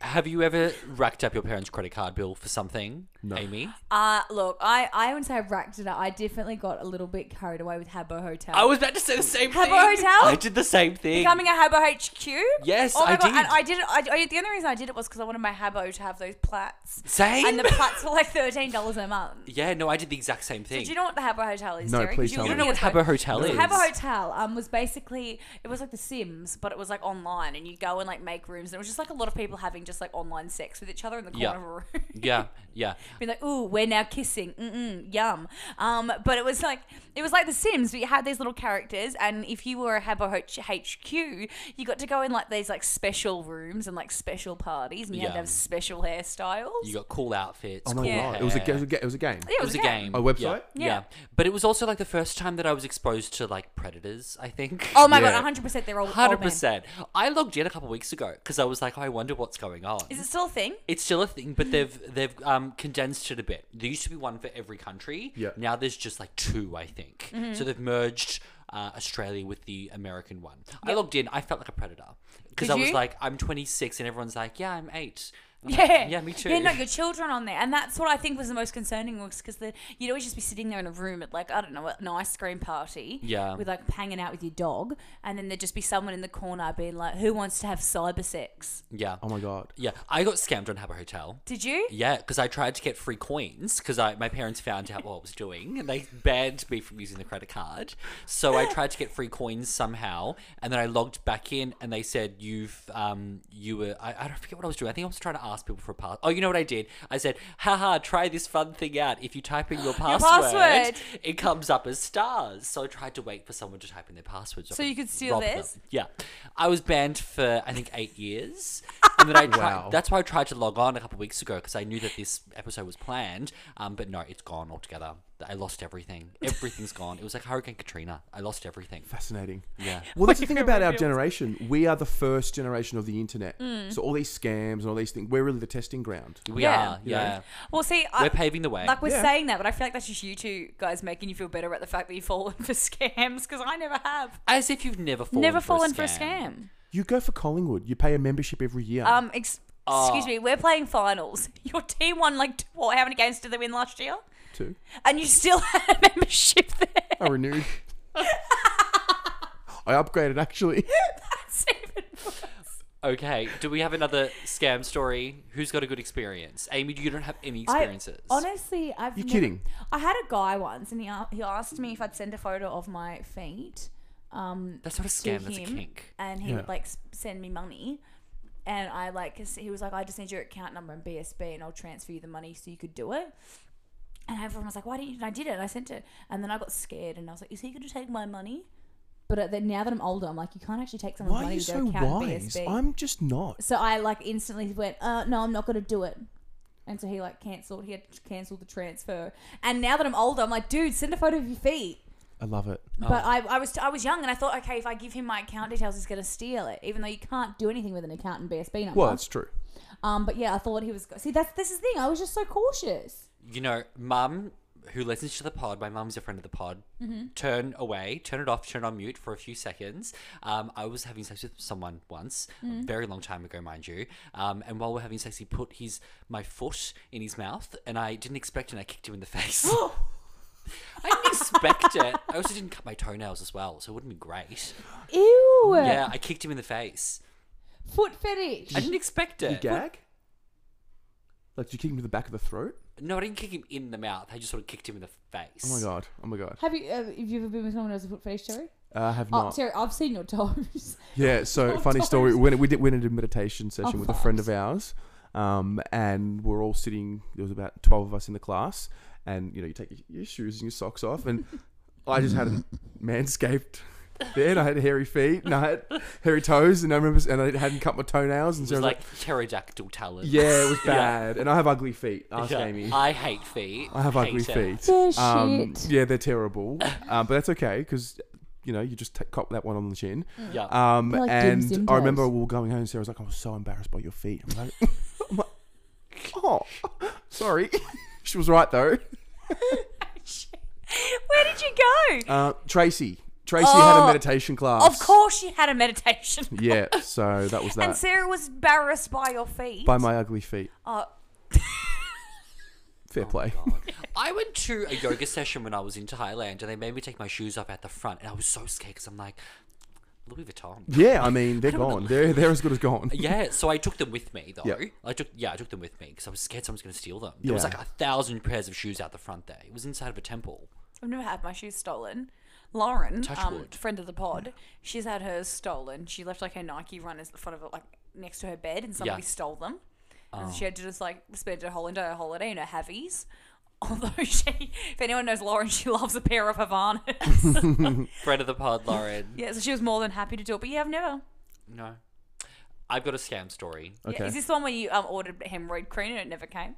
Speaker 5: Have you ever racked up your parents' credit card bill for something, Amy?
Speaker 7: Uh, look, I, I wouldn't say I racked it up. I definitely got a little bit carried away with Habbo Hotel.
Speaker 5: I was about to say the same
Speaker 7: Habbo
Speaker 5: thing.
Speaker 7: Hotel?
Speaker 5: I did the same thing.
Speaker 4: Becoming a Habbo HQ?
Speaker 5: Yes,
Speaker 4: oh my
Speaker 5: I
Speaker 4: God,
Speaker 5: did.
Speaker 4: And I did it. I, I- the only reason I did it was because I wanted my Habbo to have those plats.
Speaker 5: Same.
Speaker 4: And the plats were like thirteen dollars a month.
Speaker 5: yeah, no, I did the exact same
Speaker 4: So
Speaker 5: thing.
Speaker 4: do you know what the Habbo Hotel is?
Speaker 5: No,
Speaker 4: Derek? 'Cause
Speaker 5: please
Speaker 4: you
Speaker 5: tell
Speaker 4: were
Speaker 5: me.
Speaker 4: looking
Speaker 5: You don't know
Speaker 4: at
Speaker 5: what Habbo
Speaker 4: those.
Speaker 5: Hotel
Speaker 4: Habbo
Speaker 5: is.
Speaker 4: Hotel um, was basically it was like The Sims, but it was like online, and you go and like make rooms, and it was just like a lot of people having just like online sex with each other in the corner
Speaker 5: yeah.
Speaker 4: of a room.
Speaker 5: yeah, yeah.
Speaker 4: Being like, ooh, we're now kissing. Mm-mm, yum. Um, but it was like it was like The Sims, but you had these little characters, and if you were a Habbo H- HQ, you got to go in like these like special rooms and like special parties, and you had to
Speaker 5: Yeah.
Speaker 4: have special hairstyles.
Speaker 5: You got cool outfits.
Speaker 6: Oh my
Speaker 5: cool
Speaker 6: god! It was a
Speaker 5: hair.
Speaker 6: ga- it was a, ga- it was a game.
Speaker 4: Yeah, it
Speaker 5: It was a game.
Speaker 6: A website.
Speaker 4: Yeah.
Speaker 5: Yeah. yeah. But it was also like the first time that I was exposed to like predators, I think.
Speaker 4: Oh my god, 100. percent They're all
Speaker 5: Hundred
Speaker 4: 100%.
Speaker 5: percent. I logged in a couple weeks ago because I was like, I wonder what's going on.
Speaker 4: Is it still a thing?
Speaker 5: It's still a thing, but they've they've um, condensed it a bit. There used to be one for every country.
Speaker 6: Yeah.
Speaker 5: Now there's just like two, I think.
Speaker 4: Mhm.
Speaker 5: So they've merged uh, Australia with the American one. I
Speaker 4: Yep.
Speaker 5: logged in. I felt like a predator because
Speaker 4: Did
Speaker 5: I was
Speaker 4: you?
Speaker 5: like, I'm 26, and everyone's like, Yeah, I'm eight.
Speaker 4: Yeah.
Speaker 5: Yeah, me too.
Speaker 4: Yeah, no, your children on there. And that's what I think was the most concerning was because you'd always just be sitting there in a room at like, I don't know, an ice cream party.
Speaker 5: Yeah.
Speaker 4: With like hanging out with your dog. And then there'd just be someone in the corner being like, who wants to have cyber sex?
Speaker 5: Yeah.
Speaker 6: Oh my god.
Speaker 5: Yeah, I got scammed on Habbo Hotel.
Speaker 4: Did you?
Speaker 5: Yeah, because I tried to get free coins because I my parents found out what I was doing and they banned me from using the credit card. So I tried to get free coins somehow, and then I logged back in and they said you've um you were I, I don't forget what I was doing. I think I was trying to ask people for a pass. Oh, you know what I did? I said, haha, try this fun thing out. If you type in your password,
Speaker 4: password.
Speaker 5: it comes up as stars. So I tried to wait for someone to type in their passwords.
Speaker 4: So you could steal
Speaker 5: rob them.
Speaker 4: theirs?
Speaker 5: Yeah, I was banned for I think eight years, and then I tried,
Speaker 4: Oh.
Speaker 6: Wow.
Speaker 5: that's why I tried to log on a couple of weeks ago because I knew that this episode was planned. Um, but no, it's gone altogether. I lost everything. Everything's gone. It was like Hurricane Katrina. I lost everything.
Speaker 6: Fascinating.
Speaker 5: Yeah.
Speaker 6: Well, that's the thing about our generation. We are the first generation of the internet. So all these scams and all these things, we're really the testing ground.
Speaker 5: We
Speaker 4: Yeah.
Speaker 5: are.
Speaker 6: You know?
Speaker 5: Yeah.
Speaker 4: Well, see, I,
Speaker 5: We're paving the way.
Speaker 4: Like we're
Speaker 6: Yeah.
Speaker 4: saying that, but I feel like that's just you two guys making you feel better about the fact that you've fallen for scams because I never have.
Speaker 5: As if you've never fallen
Speaker 4: never
Speaker 5: for
Speaker 4: fallen
Speaker 5: a
Speaker 4: for a scam.
Speaker 6: You go for Collingwood. You pay a membership every year.
Speaker 4: Um, ex-
Speaker 5: Oh.
Speaker 4: excuse me, we're playing finals. Your team won like t- what? How many games did they win last year?
Speaker 6: too.
Speaker 4: And you still had a membership there.
Speaker 6: I renewed. I upgraded actually.
Speaker 4: That's even worse.
Speaker 5: Okay. Do we have another scam story? Who's got a good experience? Amy, you don't have any experiences.
Speaker 4: I, honestly, I've
Speaker 6: You're
Speaker 4: never-
Speaker 6: kidding.
Speaker 4: I had a guy once, and he a- he asked me if I'd send a photo of my feet. Um,
Speaker 5: That's not a
Speaker 4: to
Speaker 5: scam. That's a
Speaker 4: him,
Speaker 5: kink.
Speaker 4: And he
Speaker 6: Yeah.
Speaker 4: would like s- send me money. And I like, 'cause he was like, I just need your account number and BSB and I'll transfer you the money so you could do it. And everyone was like, why didn't you? And I did it. And I sent it. And then I got scared and I was like, is he going to take my money? But uh, then now that I'm older, I'm like, you can't actually take someone's
Speaker 6: Why are
Speaker 4: money
Speaker 6: you
Speaker 4: to
Speaker 6: so
Speaker 4: account and
Speaker 6: wise?
Speaker 4: BSB.
Speaker 6: I'm just not.
Speaker 4: so I like instantly went, uh, no, I'm not going to do it. And so he like cancelled. He had to cancel the transfer. And now that I'm older, I'm like, dude, send a photo of your feet.
Speaker 6: I love it.
Speaker 5: Uh-huh.
Speaker 4: But I, I was I was young and I thought, okay, if I give him my account details, he's gonna steal it. Even though you can't do anything with an account in BSB number.
Speaker 6: Well, that's true.
Speaker 4: Um, but yeah, I thought he was. go- See, that's this is the thing. I was just so cautious.
Speaker 5: you know, mum who listens to the pod, my mum's a friend of the pod,
Speaker 6: Mm-hmm.
Speaker 5: turn away, turn it off, turn on mute for a few seconds. Um, I was having sex with someone once, a
Speaker 6: Mm.
Speaker 5: very long time ago, mind you. Um, and while we're having sex, he put his my foot in his mouth, and I didn't expect it, and I kicked him in the face. I didn't expect it. I also didn't cut my toenails as well, so it wouldn't be great.
Speaker 4: Ew.
Speaker 5: Yeah, I kicked him in the face.
Speaker 4: Foot fetish.
Speaker 5: I didn't expect it.
Speaker 6: You gag? Like, do you kick him to the back of the throat?
Speaker 5: No, I didn't kick him in the mouth. I just sort of kicked him in the face.
Speaker 6: Oh my god. Oh my god.
Speaker 4: Have you uh, have you ever been with someone who has a foot fetish, Terry?
Speaker 6: Uh, I have
Speaker 4: Oh,
Speaker 6: not.
Speaker 4: Terry, I've seen your toes.
Speaker 6: Yeah, so funny story. When we did we did a meditation session
Speaker 4: Oh,
Speaker 6: with a
Speaker 4: fuck.
Speaker 6: friend of ours, um, and we're all sitting. There was about twelve of us in the class, and you know you take your- your shoes and your socks off, and I just had a manscaped. Then I had hairy feet and I had hairy toes, and I remember and I hadn't cut my toenails, and
Speaker 5: It
Speaker 6: so I
Speaker 5: was
Speaker 6: was
Speaker 5: like
Speaker 6: like,
Speaker 5: pterodactyl talons.
Speaker 6: yeah, it was bad. And I have ugly feet. Ask
Speaker 5: Yeah,
Speaker 6: Amy.
Speaker 5: I hate feet.
Speaker 6: I have
Speaker 5: Hate
Speaker 6: ugly
Speaker 5: it.
Speaker 6: feet.
Speaker 4: They're
Speaker 6: Um,
Speaker 4: shit.
Speaker 6: yeah, they're terrible, um, but that's okay because you know you just t- cop that one on the chin.
Speaker 5: Yeah.
Speaker 6: Um,
Speaker 4: They're like Jim's
Speaker 6: and
Speaker 4: Dim
Speaker 6: I remember
Speaker 4: Toes.
Speaker 6: we were going home, and Sarah was like, "I was so embarrassed by your feet." I'm like, I'm like, "Oh, sorry." she was right though.
Speaker 4: Where did you go?
Speaker 6: Uh, Tracy, Tracy had
Speaker 4: Oh,
Speaker 6: a meditation class.
Speaker 4: of course, she had a meditation.
Speaker 6: Yeah. So that was
Speaker 4: And
Speaker 6: that.
Speaker 4: Sarah was embarrassed by your feet.
Speaker 6: By my ugly feet.
Speaker 4: Oh.
Speaker 6: Fair play.
Speaker 5: I went to a yoga session when I was in Thailand, and they made me take my shoes off at the front, and I was so scared because I'm like, Louis Vuitton.
Speaker 6: Yeah, I mean they're gone. They're they're as good as gone.
Speaker 5: Yeah, so I took them with me though.
Speaker 6: Yeah.
Speaker 5: I took yeah, I took them with me because I was scared someone was going to steal them. There was
Speaker 6: Yeah.
Speaker 5: like a thousand pairs of shoes out the front there. It was inside of a temple.
Speaker 4: I've never had my shoes stolen. Lauren,
Speaker 5: Touch
Speaker 4: um,
Speaker 5: wood.
Speaker 4: friend of the pod, she's had hers stolen. She left like her Nike runners in front of it, like next to her bed, and somebody
Speaker 5: Yeah. Oh.
Speaker 4: stole them. And she had to just like spend her whole entire holiday in her Havies. Although she, if anyone knows Lauren, she loves a pair of Havanas.
Speaker 5: Friend of the pod, Lauren.
Speaker 4: yeah, so she was more than happy to do it. But yeah, I've never.
Speaker 5: No, I've got a scam story.
Speaker 4: Yeah,
Speaker 6: Okay.
Speaker 4: is this the one where you um, ordered hemorrhoid cream and it never came?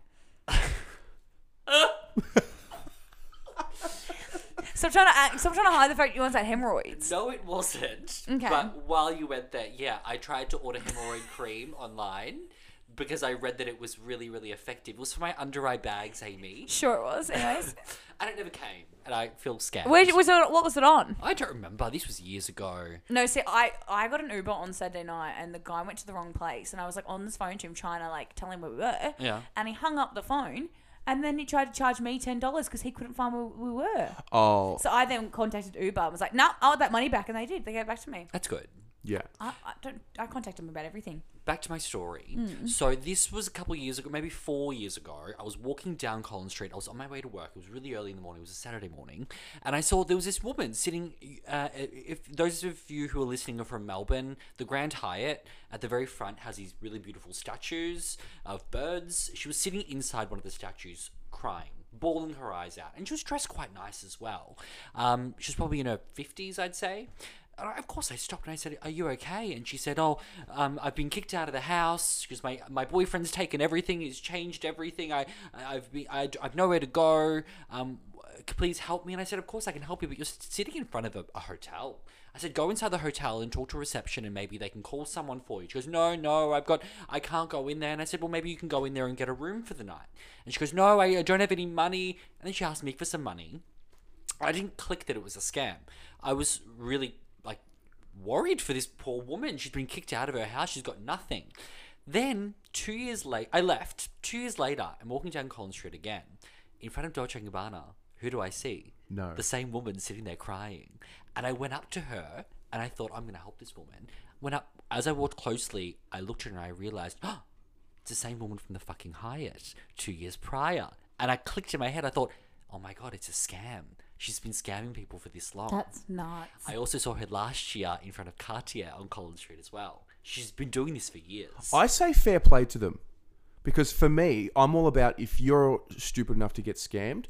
Speaker 4: so I'm trying to act, so I'm trying to hide the fact you want that hemorrhoids.
Speaker 5: No, it wasn't.
Speaker 4: Okay.
Speaker 5: But while you went there, yeah, I tried to order hemorrhoid cream online. because I read that it was really, really effective. It was for my under eye bags, Amy.
Speaker 4: Sure, it was. Anyways,
Speaker 5: and it never came, and I feel scared.
Speaker 4: Where, was it, what was it on?
Speaker 5: I don't remember. This was years ago.
Speaker 4: No, see, I, I got an Uber on Saturday night and the guy went to the wrong place and I was like on this phone to him trying to like tell him where we were.
Speaker 5: Yeah.
Speaker 4: And he hung up the phone and then he tried to charge me $10 because he couldn't find where we were.
Speaker 6: Oh,
Speaker 4: So I then contacted Uber and was like, no, I want that money back. And they did. They gave it back to me.
Speaker 5: That's good.
Speaker 6: yeah.
Speaker 4: I, I don't, I contacted him about everything.
Speaker 5: back to my story.
Speaker 4: Mm.
Speaker 5: So this was a couple of years ago, maybe four years ago. I was walking down Collins Street. I was on my way to work. It was really early in the morning. It was a Saturday morning, and I saw there was this woman sitting. Uh, if those of you who are listening are from Melbourne, the Grand Hyatt at the very front has these really beautiful statues of birds. She was sitting inside one of the statues, crying. Bawling her eyes out, and she was dressed quite nice as well. Um, she was probably in her 50s, I'd say. And I- of course, I stopped and I said, "Are you okay?" And she said, "Oh, um, I've been kicked out of the house because my my boyfriend's taken everything. He's changed everything. I I- I've been I, I've nowhere to go. Um, w- please help me." And I said, "Of course, I can help you, but you're s- sitting in front of a, a hotel." I said, "Go inside the hotel and talk to reception, and maybe they can call someone for you." She goes, "No, no, I've got I can't go in there." And I said, "Well, maybe you can go in there and get a room for the night." And she goes, "No, I, I don't have any money." And then she asked me for some money. I didn't click that it was a scam. I was really like worried for this poor woman. She's been kicked out of her house. She's got nothing. Then two years late, I left. Two years later, I'm walking down Collins Street again, in front of Dolce and Gabbana. Who do I see?
Speaker 6: No.
Speaker 5: The same woman sitting there crying. And I went up to her and I thought, I'm going to help this woman. Went up. As I walked closely, I looked at her and I realized, oh, it's the same woman from the fucking Hyatt two years prior. And I clicked in my head. I thought, oh my God, it's a scam. She's been scamming people for this long.
Speaker 4: That's nuts.
Speaker 5: I also saw her last year in front of Cartier on Collins Street as well. She's been doing this for years.
Speaker 6: I say fair play to them because for me, I'm all about if you're stupid enough to get scammed,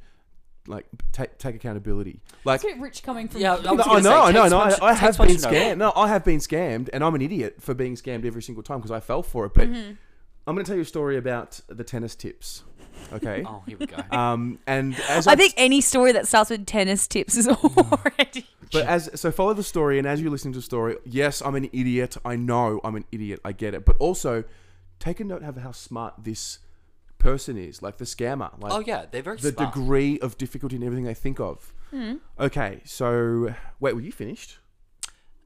Speaker 6: like take take accountability. Like
Speaker 7: It's a bit rich coming from
Speaker 5: Yeah,
Speaker 7: you.
Speaker 5: I was
Speaker 6: I
Speaker 5: gonna say,
Speaker 6: know, I know,
Speaker 5: takes
Speaker 6: no,
Speaker 5: much-
Speaker 6: I, I
Speaker 5: takes
Speaker 6: have
Speaker 5: much
Speaker 6: been
Speaker 5: to know.
Speaker 6: scammed. No, I have been scammed, and I'm an idiot for being scammed every single time because I fell for it. But
Speaker 5: Mm-hmm.
Speaker 4: Mhm.
Speaker 6: I'm going to tell you a story about the tennis tips. Okay.
Speaker 5: oh, here we go.
Speaker 6: Um, and as
Speaker 4: I
Speaker 6: I've-
Speaker 4: think any story that starts with tennis tips is already.
Speaker 6: But as so follow the story, and as you listen to the story, yes, I'm an idiot. I know I'm an idiot. I get it. But also, take a note of how smart this person is, like the scammer. Like
Speaker 5: Oh, yeah, they're very
Speaker 6: the
Speaker 5: smart.
Speaker 6: degree of difficulty in everything they think of.
Speaker 5: Mhm.
Speaker 6: Okay, so wait, were you finished?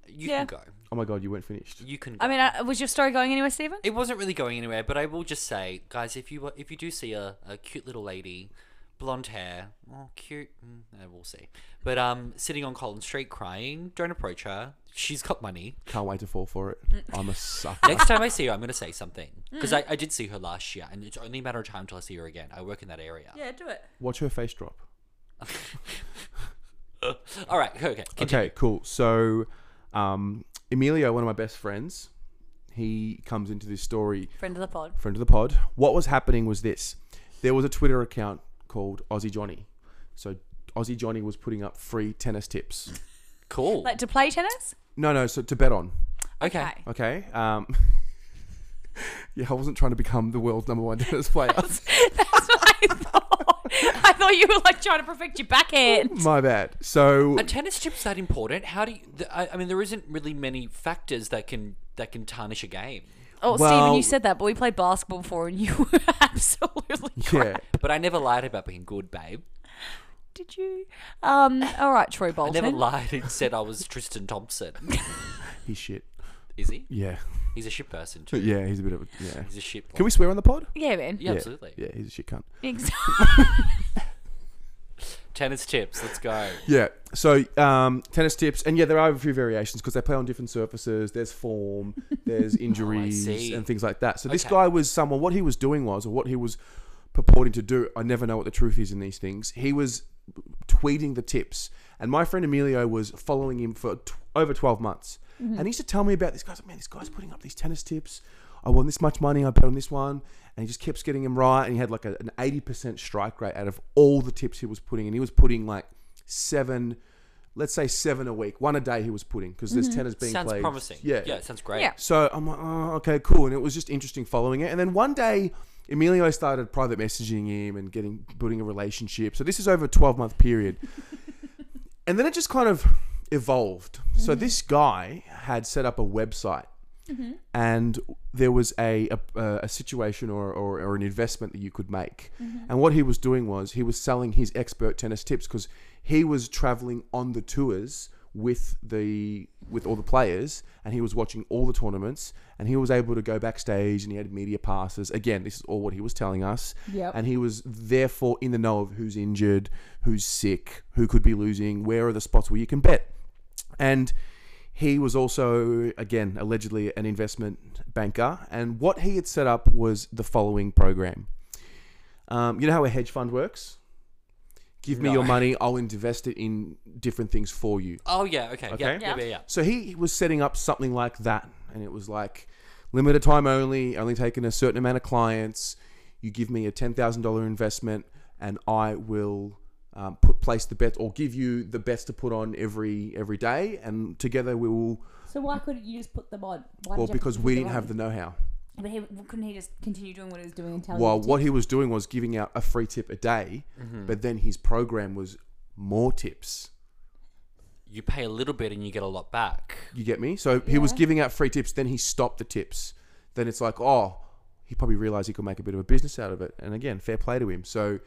Speaker 5: You
Speaker 4: Yeah.
Speaker 5: can go.
Speaker 6: Oh my god, you weren't finished.
Speaker 5: You can. Go.
Speaker 4: I mean, uh, was your story going anywhere, Stephen?
Speaker 5: it wasn't really going anywhere, but I will just say, guys, if you if you do see a, a cute little lady, blonde hair, oh cute, mm, eh, we'll see. But um, sitting on Collins Street crying, don't approach her. She's got money.
Speaker 6: Can't wait to fall for it. I'm a sucker.
Speaker 5: Next time I see her, I'm going to say something
Speaker 4: Hmm.
Speaker 5: because I, I did see her last year, and it's only a matter of time till I see her again. I work in that area.
Speaker 4: Yeah, do it.
Speaker 6: Watch her face drop.
Speaker 5: All right, okay, continue.
Speaker 6: Okay, cool. So, um, Emilio, one of my best friends, he comes into this story.
Speaker 4: Friend of the pod.
Speaker 6: Friend of the pod. What was happening was this: there was a Twitter account called Aussie Johnny. So Aussie Johnny was putting up free tennis tips.
Speaker 5: Cool.
Speaker 4: Like to play tennis?
Speaker 6: No, no. So to bet on.
Speaker 5: Okay.
Speaker 6: Okay. Um, yeah, I wasn't trying to become the world's number one tennis player.
Speaker 4: I thought you were like trying to perfect your backhand.
Speaker 6: my bad. So
Speaker 5: Are tennis tips that important? How do you? The, I, I mean, there isn't really many factors that can that can tarnish a game.
Speaker 4: Oh, Stephen,
Speaker 6: Well-
Speaker 4: you said that, but we played basketball before, and you were absolutely.
Speaker 6: yeah,
Speaker 5: But I never lied about being good, babe.
Speaker 4: Did you? Um. All right, Troy
Speaker 5: I
Speaker 4: Bolton.
Speaker 5: never lied and said I was Tristan Thompson.
Speaker 6: he's shit.
Speaker 5: Is he?
Speaker 6: Yeah.
Speaker 5: He's a shit person too.
Speaker 6: Yeah, he's a bit of a yeah.
Speaker 5: He's a shit.
Speaker 6: Can we swear on the pod?
Speaker 4: Yeah, man.
Speaker 5: Yeah, absolutely.
Speaker 6: Yeah, he's a shit cunt.
Speaker 5: Tennis tips. Let's go.
Speaker 6: Yeah. So um, tennis tips, and yeah, there are a few variations because they play on different surfaces. There's form, there's injuries,
Speaker 5: Oh, see.
Speaker 6: and things like that. So this
Speaker 5: Okay.
Speaker 6: guy was someone. What he was doing was, or what he was purporting to do, I never know what the truth is in these things. He was tweeting the tips, and my friend Emilio was following him for t- over 12 months, and he used to tell me about this guy's like, man, this guy's putting up these tennis tips. I won this much money. I bet on this one, and he just keeps getting him right. And he had like a, an 80% strike rate out of all the tips he was putting, and he was putting like seven, let's say seven a week, one a day he was putting because there's
Speaker 5: Mhm.
Speaker 6: tennis being
Speaker 5: Sounds
Speaker 6: played.
Speaker 5: promising. Yeah, it sounds great. Yeah.
Speaker 6: So I'm like, oh, okay, cool, and it was just interesting following it. And then one day, Emilio started private messaging him and getting building a relationship. So this is over a 12 month period, and then it just kind of evolved. So this guy had set up a website
Speaker 7: Mhm.
Speaker 6: and there was a a, a situation or, or, or an investment that you could make.
Speaker 13: Mhm.
Speaker 6: And what he was doing was he was selling his expert tennis tips because he was traveling on the tours with the with all the players and he was watching all the tournaments and he was able to go backstage and he had media passes again this is all what he was telling us
Speaker 13: Yep.
Speaker 6: and he was therefore in the know of who's injured who's sick who could be losing where are the spots where you can bet and he was also, again, allegedly an investment banker. And what he had set up was the following program. Um, you know how a hedge fund works? Give me
Speaker 5: No.
Speaker 6: your money, I'll invest it in different things for you.
Speaker 5: Oh, yeah, okay, yeah, yeah, yeah, yeah.
Speaker 6: So he was setting up something like that. And it was like limited time only, only taking a certain amount of clients. You give me a $10,000 investment, and I will um, put place the bet or give you the bets to put on every every day and together we will
Speaker 7: So why couldn't you just put them on? Why did
Speaker 6: well
Speaker 7: you have to
Speaker 6: because
Speaker 7: put
Speaker 6: we
Speaker 7: them
Speaker 6: didn't
Speaker 7: on?
Speaker 6: have the know-how
Speaker 7: But he, couldn't he just continue doing what he was doing and telling?
Speaker 6: well
Speaker 7: you to
Speaker 6: what
Speaker 7: do?
Speaker 6: he was doing was giving out a free tip a day
Speaker 5: Mhm.
Speaker 6: but then his program was more tips
Speaker 5: You pay a little bit and you get a lot back.
Speaker 6: you get me so he was
Speaker 5: Yeah.
Speaker 6: giving out free tips then he stopped the tips then it's like oh he probably realized he could make a bit of a business out of it and again fair play to him so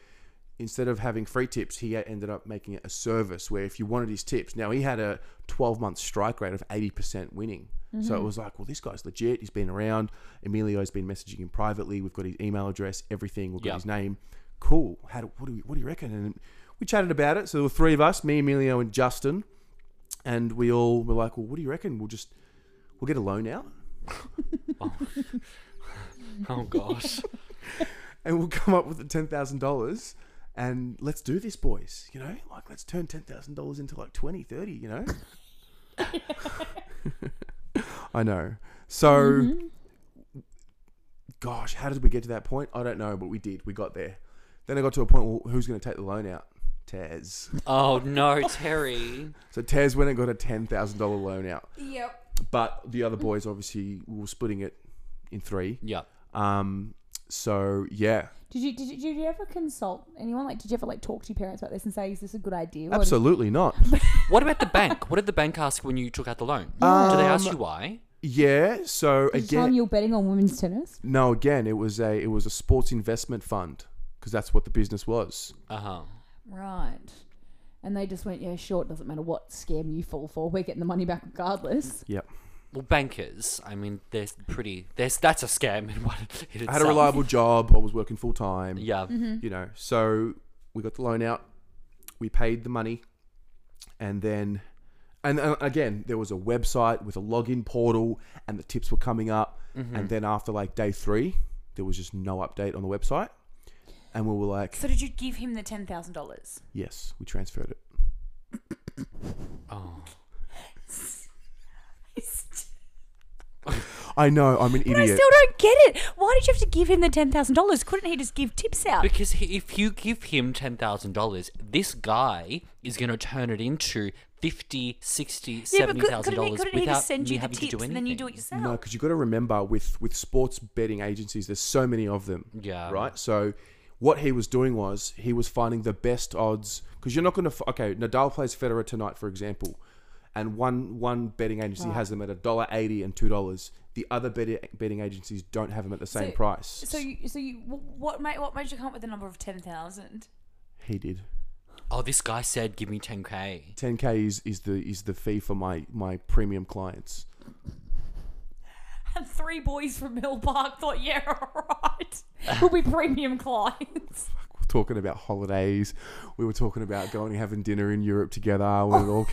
Speaker 6: instead of having free tips he ended up making it a service where if you wanted his tips now he had a 12 month strike rate of 80% winning so it
Speaker 13: Mhm.
Speaker 6: was like well this guy's legit he's been around emilio's been messaging him privately we've got his email address everything we've got
Speaker 5: Yeah.
Speaker 6: his name cool how do, what, do we, what do you reckon and we chatted about it so there were three of us me emilio and justin and we all were like well what do you reckon we'll just we'll get a loan out
Speaker 5: Oh, gosh.
Speaker 6: and we'll come up with the ten thousand dollars and let's do this boys you know like let's turn ten thousand dollars into like 20 30 you know i know so gosh how did we get to that point i don't know but we did we got there then i got to a point well who's going to take the loan out taz
Speaker 5: oh, no, Terry.
Speaker 6: so taz went and got a $10000 loan out
Speaker 7: Yep.
Speaker 6: but the other boys obviously were splitting it in three
Speaker 5: yeah
Speaker 6: um so yeah
Speaker 7: Did you, did you did you ever consult anyone? Like, did you ever like talk to your parents about this and say, "Is this a good idea?" Or-
Speaker 6: Absolutely not.
Speaker 5: what about the bank? What did the bank ask when you took out the loan? Did they ask
Speaker 6: Um,
Speaker 5: you why?
Speaker 6: Yeah. So
Speaker 7: Did you tell them
Speaker 6: again,
Speaker 7: you were betting on women's tennis?
Speaker 6: no. Again, it was a it was a sports investment fund because that's what the business was.
Speaker 5: Uh huh.
Speaker 7: Right. And they just went, "Yeah, sure. It doesn't matter what scam you fall for. We're getting the money back regardless."
Speaker 6: Yep.
Speaker 5: Well, bankers. I mean, they're pretty. There's that's a scam. In one, in
Speaker 6: I had a
Speaker 5: itself.
Speaker 6: reliable Mm-hmm. job. I was working full time.
Speaker 5: Yeah. Mhm.
Speaker 6: You know. So we got the loan out. We paid the money, and then, and uh, again, there was a website with a login portal, and the tips were coming up.
Speaker 5: Mhm.
Speaker 6: And then after like day three, there was just no update on the website, and we were like,
Speaker 4: So did you give him the ten thousand dollars?
Speaker 6: yes, we transferred it.
Speaker 5: Oh.
Speaker 6: I know. I'm an
Speaker 4: But
Speaker 6: idiot.
Speaker 4: I still don't get it. Why did you have to give him the ten thousand dollars? Couldn't he just give tips out?
Speaker 5: Because he, if you give him ten thousand dollars, this guy is going to turn it into fifty, sixty, seventy
Speaker 4: could-
Speaker 5: thousand
Speaker 4: couldn't he-
Speaker 5: dollars
Speaker 4: couldn't he
Speaker 5: without
Speaker 4: just send
Speaker 5: me
Speaker 4: you the
Speaker 5: having to do
Speaker 4: tips
Speaker 5: anything.
Speaker 4: and then you do it yourself?
Speaker 6: No, because you got to remember with with sports betting agencies, there's so many of them.
Speaker 5: Yeah.
Speaker 6: Right. So what he was doing was he was finding the best odds because you're not going to okay Nadal plays Federer tonight, for example, and one one betting agency
Speaker 7: Right.
Speaker 6: has them at a dollar eighty and two dollars. The other betting betting agencies don't have them at the same
Speaker 4: So-
Speaker 6: price.
Speaker 4: So you, so you, wh- what made what made you come up with the number of ten thousand?
Speaker 6: he did.
Speaker 5: Oh, this guy said, "Give me ten k."
Speaker 6: 10k is, is the is the fee for my my premium clients.
Speaker 4: And three boys from Mill Park thought, yeah, alright. We'll be premium clients.
Speaker 6: We're talking about holidays. We were talking about going and having dinner in Europe together when it all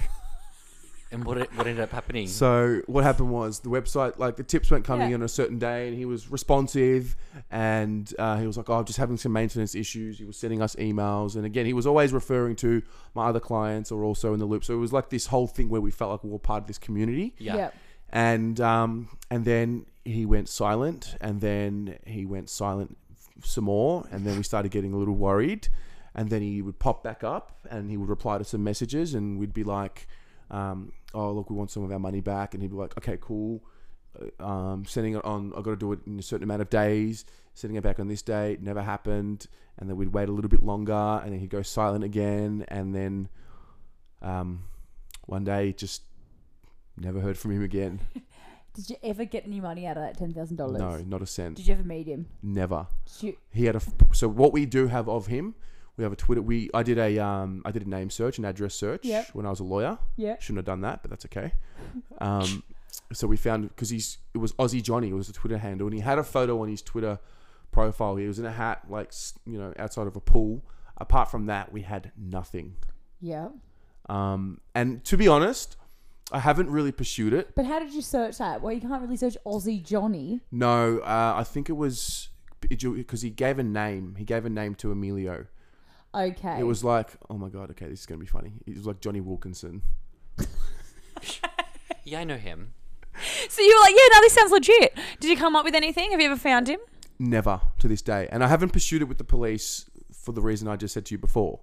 Speaker 5: And what it- what ended up happening?
Speaker 6: So what happened was the website, like the tips weren't coming
Speaker 5: Mm-hmm. Yeah.
Speaker 6: in on a certain day, and he was responsive, and uh, he was like, "Oh, I'm just having some maintenance issues." He was sending us emails, and again, he was always referring to my other clients or also in the loop. So it was like this whole thing where we felt like we were part of this community.
Speaker 5: Yeah. Yep.
Speaker 6: And um, and then he went silent, and then he went silent f- some more, and then we started getting a little worried, and then he would pop back up, and he would reply to some messages, and we'd be like, um, "Oh, look, we want some of our money back," and he'd be like, "Okay, cool." Uh, Um, sending it on, I've got to do it in a certain amount of days. Sending it back on this day, it never happened, and then we'd wait a little bit longer, and then he'd go silent again, and then um, one day just never heard from him again.
Speaker 7: Did you ever get any money out of that ten thousand dollars?
Speaker 6: No, not a cent.
Speaker 7: Did you ever meet him?
Speaker 6: Never.
Speaker 7: Shoot.
Speaker 6: He had a. f- So what we do have of him, we have a Twitter. We I did a um I did a name search, an address search
Speaker 7: Yep.
Speaker 6: when I was a lawyer.
Speaker 7: Yeah.
Speaker 6: Shouldn't have done that, but that's okay. Um, so we found because he's it was Aussie Johnny. It was a Twitter handle, and he had a photo on his Twitter profile. He was in a hat, like s- you know, outside of a pool. Apart from that, we had nothing.
Speaker 7: Yeah.
Speaker 6: Um, and to be honest, I haven't really pursued it.
Speaker 7: But how did you search that? Well, you can't really search Aussie Johnny.
Speaker 6: No, uh, I think it was because he gave a name. He gave a name to Emilio.
Speaker 7: Okay.
Speaker 6: It was like, oh my god, okay, this is gonna be funny. It was like Johnny Wilkinson.
Speaker 5: Yeah, I know him.
Speaker 4: So you were like, yeah, no, this sounds legit. Did you come up with anything? Have you ever found him?
Speaker 6: Never to this day, and I haven't pursued it with the police for the reason I just said to you before.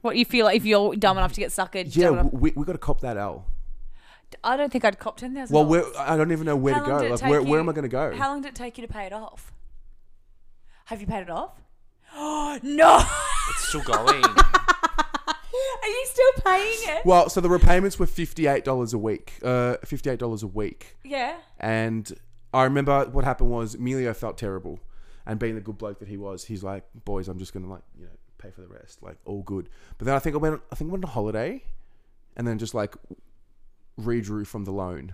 Speaker 4: What you feel like if you're dumb enough to get suckered?
Speaker 6: Yeah,
Speaker 4: dumb enough-
Speaker 6: w- we we got to cop that L.
Speaker 4: I don't think I'd cop ten thousand.
Speaker 6: Well, where I don't even know where
Speaker 4: How
Speaker 6: to
Speaker 4: long
Speaker 6: go.
Speaker 4: did it
Speaker 6: Like,
Speaker 4: take
Speaker 6: where, where
Speaker 4: you-
Speaker 6: am I gonna go?
Speaker 4: How long did it take you to pay it off? Have you paid it off? Oh no!
Speaker 5: It's still going.
Speaker 4: Are you still paying it?
Speaker 6: well, so the repayments were fifty eight dollars a week. Uh, fifty eight dollars a week.
Speaker 4: Yeah.
Speaker 6: And I remember what happened was Emilio felt terrible, and being the good bloke that he was, he's like, "Boys, I'm just gonna like you know pay for the rest, like all good." But then I think I went, I think I went on holiday, and then just like redrew from the loan.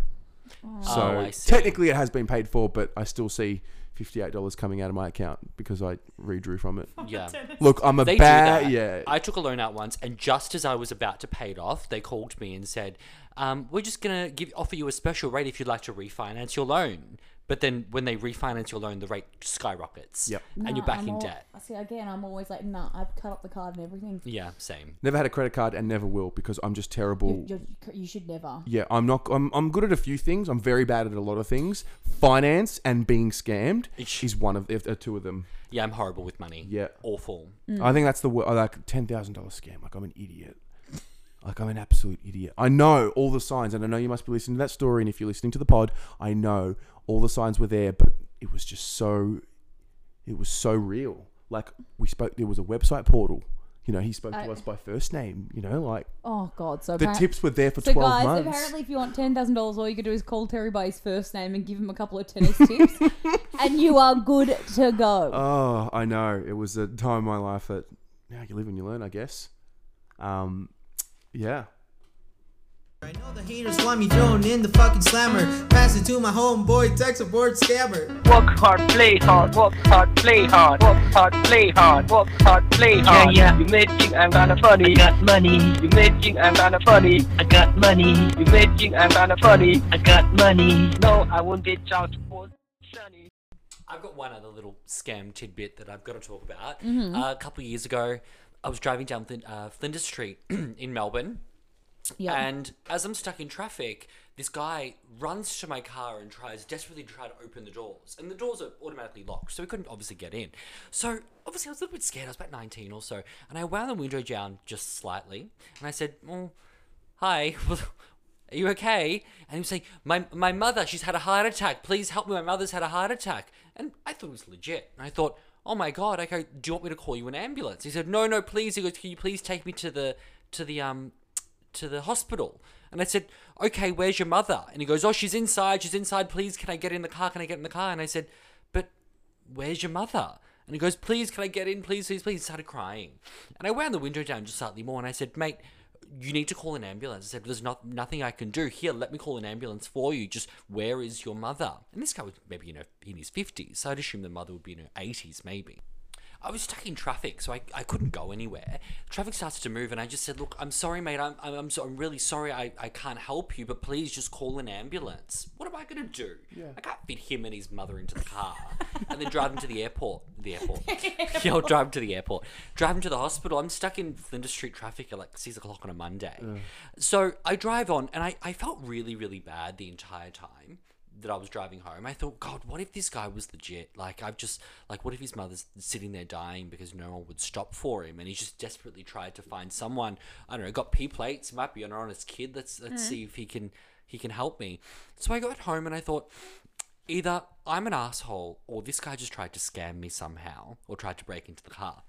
Speaker 5: Oh,
Speaker 6: So
Speaker 5: I see.
Speaker 6: technically, it has been paid for, but I still see fifty-eight dollars coming out of my account because I redrew from it.
Speaker 5: Yeah.
Speaker 6: Look, I'm a
Speaker 5: They do
Speaker 6: bad.
Speaker 5: that.
Speaker 6: Yeah.
Speaker 5: I took a loan out once, and just as I was about to pay it off, they called me and said, um, "We're just gonna give offer you a special rate if you'd like to refinance your loan." But then when they refinance your loan, the rate skyrockets.
Speaker 6: Yep.
Speaker 5: And
Speaker 7: Nah,
Speaker 5: you're back
Speaker 7: I'm
Speaker 5: in
Speaker 7: al-
Speaker 5: debt.
Speaker 7: I see. Again, I'm always like, nah. I've cut up the card and everything.
Speaker 5: Yeah. Same.
Speaker 6: Never had a credit card and never will because I'm just
Speaker 7: You,
Speaker 6: terrible.
Speaker 7: you, you should never.
Speaker 6: Yeah, I'm not. I'm, I'm good at a few things. I'm very bad at a lot of things. Finance and being scammed is one of if, uh, two of them.
Speaker 5: Yeah, I'm horrible with money.
Speaker 6: Yeah.
Speaker 5: Awful.
Speaker 7: Mm.
Speaker 6: I think that's the wor- like ten thousand dollar scam. Like I'm an idiot. Like I'm an absolute idiot. I know all the signs, and I know you must be listening to that story. And if you're listening to the pod, I know all the signs were there, but it was just so, it was so real. Like we spoke, there was a website portal. You know, he spoke
Speaker 7: I-
Speaker 6: to us by first name. You know, like
Speaker 7: Oh God. So
Speaker 6: the
Speaker 7: appar-
Speaker 6: tips were there for
Speaker 7: So
Speaker 6: twelve
Speaker 7: guys,
Speaker 6: months.
Speaker 7: apparently, if you want ten thousand dollars, all you can do is call Terry by his first name and give him a couple of tennis tips, and you are good to go.
Speaker 6: Oh, I know. It was a time in my life that now you live and you learn, I guess. Um, yeah.
Speaker 13: The haters want me thrown in the fucking slammer. Pass it to my homeboy, tech support scammer.
Speaker 14: Work hard, play hard, work hard, play hard, work hard, play hard, work hard, play hard.
Speaker 15: yeah.
Speaker 14: You may think I'm kinda funny. I got money. You may think I'm kinda funny. I got money. You may think I'm kinda funny. I got money. No, I won't be child support.
Speaker 5: I've got one other little scam tidbit that I've got to talk about.
Speaker 14: Mhm.
Speaker 5: Uh, a couple of years ago, I was driving down Flin- uh, Flinders Street in Melbourne.
Speaker 14: Yeah.
Speaker 5: And as I'm stuck in traffic, this guy runs to my car and tries desperately to try to open the doors. And the doors are automatically locked, so we couldn't obviously get in. So obviously, I was a little bit scared. I was about 19 or so. And I wound the window down just slightly. And I said, oh, Hi, are you okay? And he was saying, my, my mother, she's had a heart attack. Please help me. My mother's had a heart attack. And I thought it was legit. And I thought, oh my God, okay, do you want me to call you an ambulance? He said, no, no, please. He goes, can you please take me to the, to the, um, to the hospital. And I said, okay, where's your mother? And he goes, oh, she's inside. She's inside. Please, can I get in the car? Can I get in the car? And I said, but where's your mother? And he goes, please, can I get in? Please, please, please. He started crying. And I wound the window down just slightly more. And I said, mate, you need to call an ambulance. I said, there's not, nothing I can do. Here, let me call an ambulance for you. Just where is your mother? And this guy was maybe, you know, in his 50s. So I'd assume the mother would be in her 80s, maybe. I was stuck in traffic, so I, I couldn't go anywhere. Traffic starts to move, and I just said, "Look, I'm sorry, mate. I'm I'm, I'm, so, I'm really sorry. I, I can't help you, but please just call an ambulance. What am I gonna do? I can't fit him and his mother into the car, and then drive him to the airport. The airport. yeah, I'll drive him to the airport. Drive him to the hospital. I'm stuck in Flinders Street traffic at like six o'clock on a Monday. So I drive on, and I, I felt really, really bad the entire time that I was driving home. I thought, God, what if this guy was legit? Like, I've just, like, what if his mother's sitting there dying because no one would stop for him? And he's just desperately tried to find someone. I don't know, got P plates, might be an honest kid. Let's, let's
Speaker 16: Mhm.
Speaker 5: see if he can, he can help me. So I got home and I thought, either I'm an asshole or this guy just tried to scam me somehow or tried to break into the car.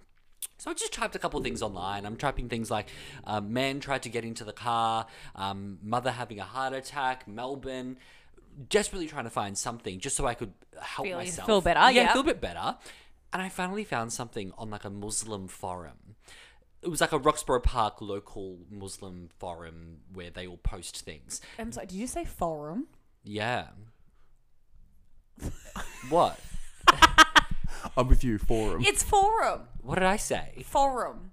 Speaker 5: So I just typed a couple of things online. I'm typing things like um, man tried to get into the car, um, mother having a heart attack, Melbourne, desperately trying to find something just so I could help
Speaker 4: Feel-
Speaker 5: myself.
Speaker 4: feel better, yeah.
Speaker 5: feel a bit better. And I finally found something on like a Muslim forum. It was like a Roxborough Park local Muslim forum where they all post things.
Speaker 4: I'm sorry, did you say forum?
Speaker 5: Yeah. what?
Speaker 6: I'm with you, forum.
Speaker 4: It's forum.
Speaker 5: What did I say?
Speaker 4: Forum.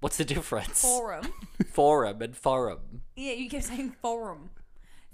Speaker 5: What's the difference?
Speaker 4: Forum.
Speaker 5: forum and forum.
Speaker 4: yeah, you kept saying forum.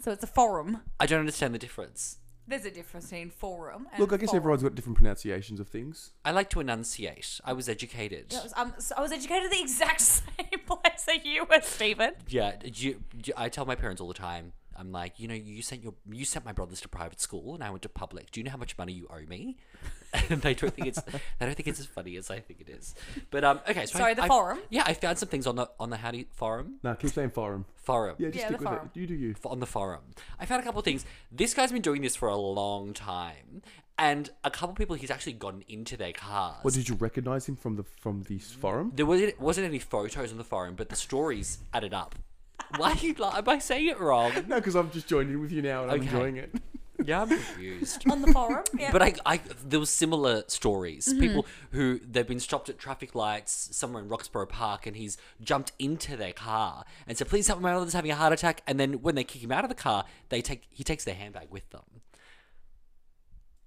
Speaker 4: So it's a forum.
Speaker 5: I don't understand the difference.
Speaker 4: There's a difference between forum and
Speaker 6: Look, I guess
Speaker 4: forum.
Speaker 6: everyone's got different pronunciations of things.
Speaker 5: I like to enunciate. I was educated.
Speaker 4: That was, um, so I was educated at the exact same place that you were, Stephen.
Speaker 5: Yeah, do you, do you- I tell my parents all the time. I'm like, you know, you sent your you sent my brothers to private school and I went to public. Do you know how much money you owe me? And they don't think it's they don't think it's as funny as I think it is. But um, okay, so I-
Speaker 4: Sorry, the
Speaker 5: I-
Speaker 4: forum?
Speaker 5: Yeah, I found some things on the on the howdy forum.
Speaker 6: No, keep saying forum.
Speaker 5: Forum.
Speaker 6: Yeah, just stick with it. You do you.
Speaker 5: f- on the forum. I found a couple of things. This guy's been doing this for a long time, and a couple of people he's actually gotten into their cars.
Speaker 6: What did you recognize him from the from the forum?
Speaker 5: There wasn't wasn't any photos on the forum, but the stories added up. Why are you? li- Am I saying it wrong?
Speaker 6: No, because I've just joined in with you now and I'm
Speaker 5: Okay.
Speaker 6: enjoying it.
Speaker 5: Yeah, I'm confused.
Speaker 4: On the forum? Yeah.
Speaker 5: But I, I, there was similar stories.
Speaker 4: Mhm.
Speaker 5: People who they've been stopped at traffic lights somewhere in Roxborough Park, and he's jumped into their car and said, "Please help my mother's having a heart attack." And then when they kick him out of the car, they take he takes their handbag with them.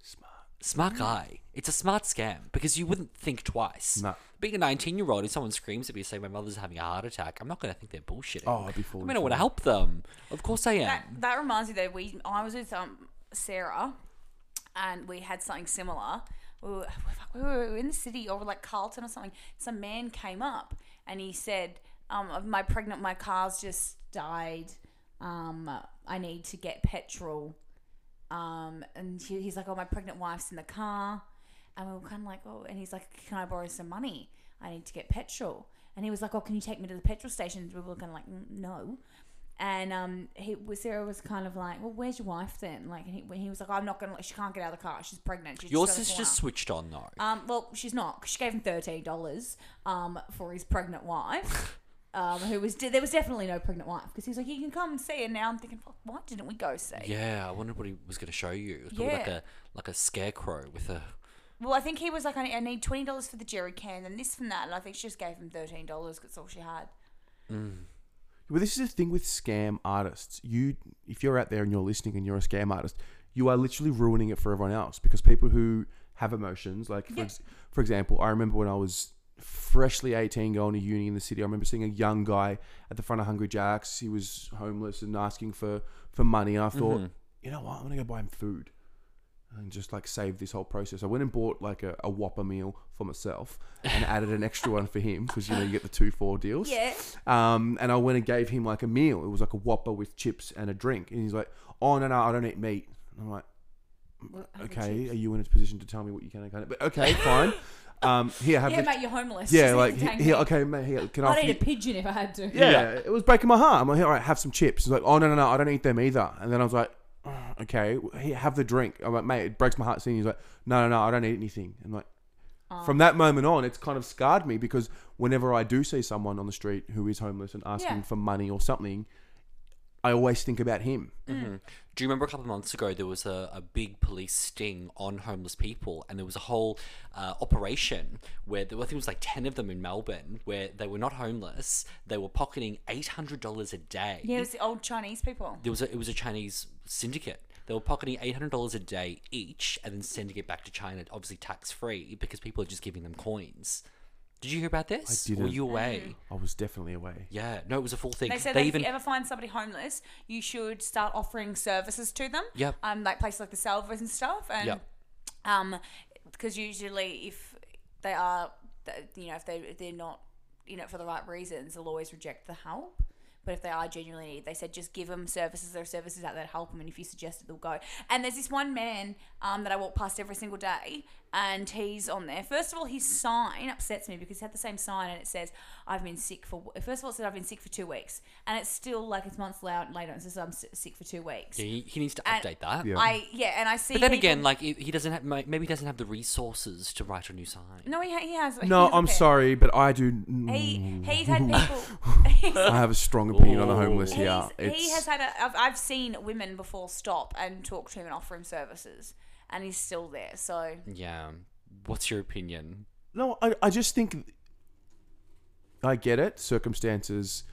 Speaker 5: Smart,
Speaker 4: Mm.
Speaker 5: smart guy. It's a smart scam because you wouldn't think twice.
Speaker 6: No.
Speaker 5: Being a 19 year old, if someone screams at me saying my mother's having a heart attack, I'm not going to think they're bullshitting.
Speaker 6: Oh, I'd be
Speaker 5: I
Speaker 6: falling
Speaker 5: mean, I
Speaker 6: for
Speaker 5: want to
Speaker 6: it.
Speaker 5: help them. Of course I am.
Speaker 4: That, that reminds me though, we I was with um Sarah, and we had something similar. We were, fuck, we were in the city or like Carlton or something. Some man came up and he said, um, "My pregnant, my car's just died. Um, I need to get petrol." Um, and he, he's like, "Oh, my pregnant wife's in the car," and we were kind of like, "Oh," and he's like, "Can I borrow some money? I need to get petrol." And he was like, "Oh, can you take me to the petrol station?" And we were kind of like, "Mm, "No." And um, he was Sarah was kind of like, "Well, where's your wife then?" Like, and he, when he was like, "I'm not gonna. She can't get out of the car. She's pregnant." She's
Speaker 5: Your
Speaker 4: just around the
Speaker 5: sister
Speaker 4: corner."
Speaker 5: switched on though.
Speaker 4: Um, well, she's not. 'cause she gave him thirteen dollars um, for his pregnant wife, um, who was there was definitely no pregnant wife because he was like, "You can come and see." And now I'm thinking, "Fuck, why didn't we go see?
Speaker 5: Yeah, I wondered what he was going to show you. It was probably like
Speaker 4: Yeah.
Speaker 5: a like a scarecrow with a.
Speaker 4: Well, I think he was like, "I I need twenty dollars for the jerry can and this and that," and I think she just gave him thirteen dollars because all she had.
Speaker 6: Well, this is the thing with scam artists. You, if you're out there and you're listening and you're a scam artist, you are literally ruining it for everyone else because people who have emotions, like for, ex- for example, I remember when I was freshly 18 going to uni in the city, I remember seeing a young guy at the front of Hungry Jack's. He was homeless and asking for for money. I thought,
Speaker 5: Mhm.
Speaker 6: you know what, I'm gonna go buy him food and just like save this whole process. I went and bought like a, a Whopper meal for myself and added an extra one for him because you know you get the two four deals.
Speaker 4: Yeah.
Speaker 6: Um, and I went and gave him like a meal. It was like a Whopper with chips and a drink. And he's like, "Oh no no, I don't eat meat." And I'm like, "Okay, are you in a position to tell me what you can and can't?" But okay, fine. Um, here, have
Speaker 4: Yeah,
Speaker 6: the-
Speaker 4: mate, you're homeless.
Speaker 6: Yeah,
Speaker 4: Just
Speaker 6: like
Speaker 4: eat the dang
Speaker 6: here,
Speaker 4: meat.
Speaker 6: okay, mate, here, can I?
Speaker 4: I'd
Speaker 6: offer
Speaker 4: eat
Speaker 6: you-
Speaker 4: a pigeon if I had to.
Speaker 6: yeah, it was breaking my heart. I'm like, all right, have some chips. He's like, oh no no no, I don't eat them either. And then I was like, "Oh, okay, here, have the drink. I'm like, mate, it breaks my heart seeing. you." He's like, no no no, I don't eat anything. I'm like, from that moment on, it's kind of scarred me because whenever I do see someone on the street who is homeless and asking
Speaker 5: Yeah.
Speaker 6: for money or something, I always think about him.
Speaker 5: Mhm. Do you remember a couple of months ago there was a, a big police sting on homeless people, and there was a whole uh, operation where there were, I think it was like ten of them in Melbourne where they were not homeless, they were pocketing eight hundred dollars a day.
Speaker 4: Yeah, it was the old Chinese people.
Speaker 5: there was a, it was a Chinese syndicate. They were pocketing eight hundred dollars a day each, and then sending it back to China, obviously tax free, because people are just giving them coins. Did you hear about
Speaker 6: I
Speaker 5: this?
Speaker 6: didn't.
Speaker 5: Were you away?
Speaker 6: I was definitely away.
Speaker 5: Yeah, no, it was a full thing.
Speaker 4: Mm-hmm. They said that if you ever find somebody homeless, you should start offering services to them.
Speaker 5: Yep.
Speaker 4: Um, like places like the Salvers and stuff, and
Speaker 5: Yep.
Speaker 4: um, because usually if they are, th- you know, if they if they're not in it for the right reasons, they'll always reject the help. But if they are genuinely, in need, they said just give them services. There are services out there to help them, and if you suggest it, they'll go. And there's this one man um, that I walk past every single day, and he's on there. First of all, his sign upsets me because he had the same sign, and it says, "I've been sick for." First of all, it said, "I've been sick for two weeks," and it's still like it's months la- later, and it says, "I'm s- sick for two weeks."
Speaker 5: Yeah, he, he needs to
Speaker 4: And
Speaker 5: update that.
Speaker 4: I yeah, and I see.
Speaker 5: But then
Speaker 4: people-
Speaker 5: again, like he he doesn't have may- maybe he doesn't have the resources to write a new sign.
Speaker 4: no, he, ha- he has. he
Speaker 6: No,
Speaker 4: has a
Speaker 6: I'm
Speaker 4: pair.
Speaker 6: sorry, but I do.
Speaker 4: He he's had people.
Speaker 6: I have a strong opinion on the homeless here. It's,
Speaker 4: he has had a. I've, I've seen women before stop and talk to him and offer him services, and he's still there. So
Speaker 5: Yeah. What's your opinion?
Speaker 6: No, I, I just think I get it. Circumstances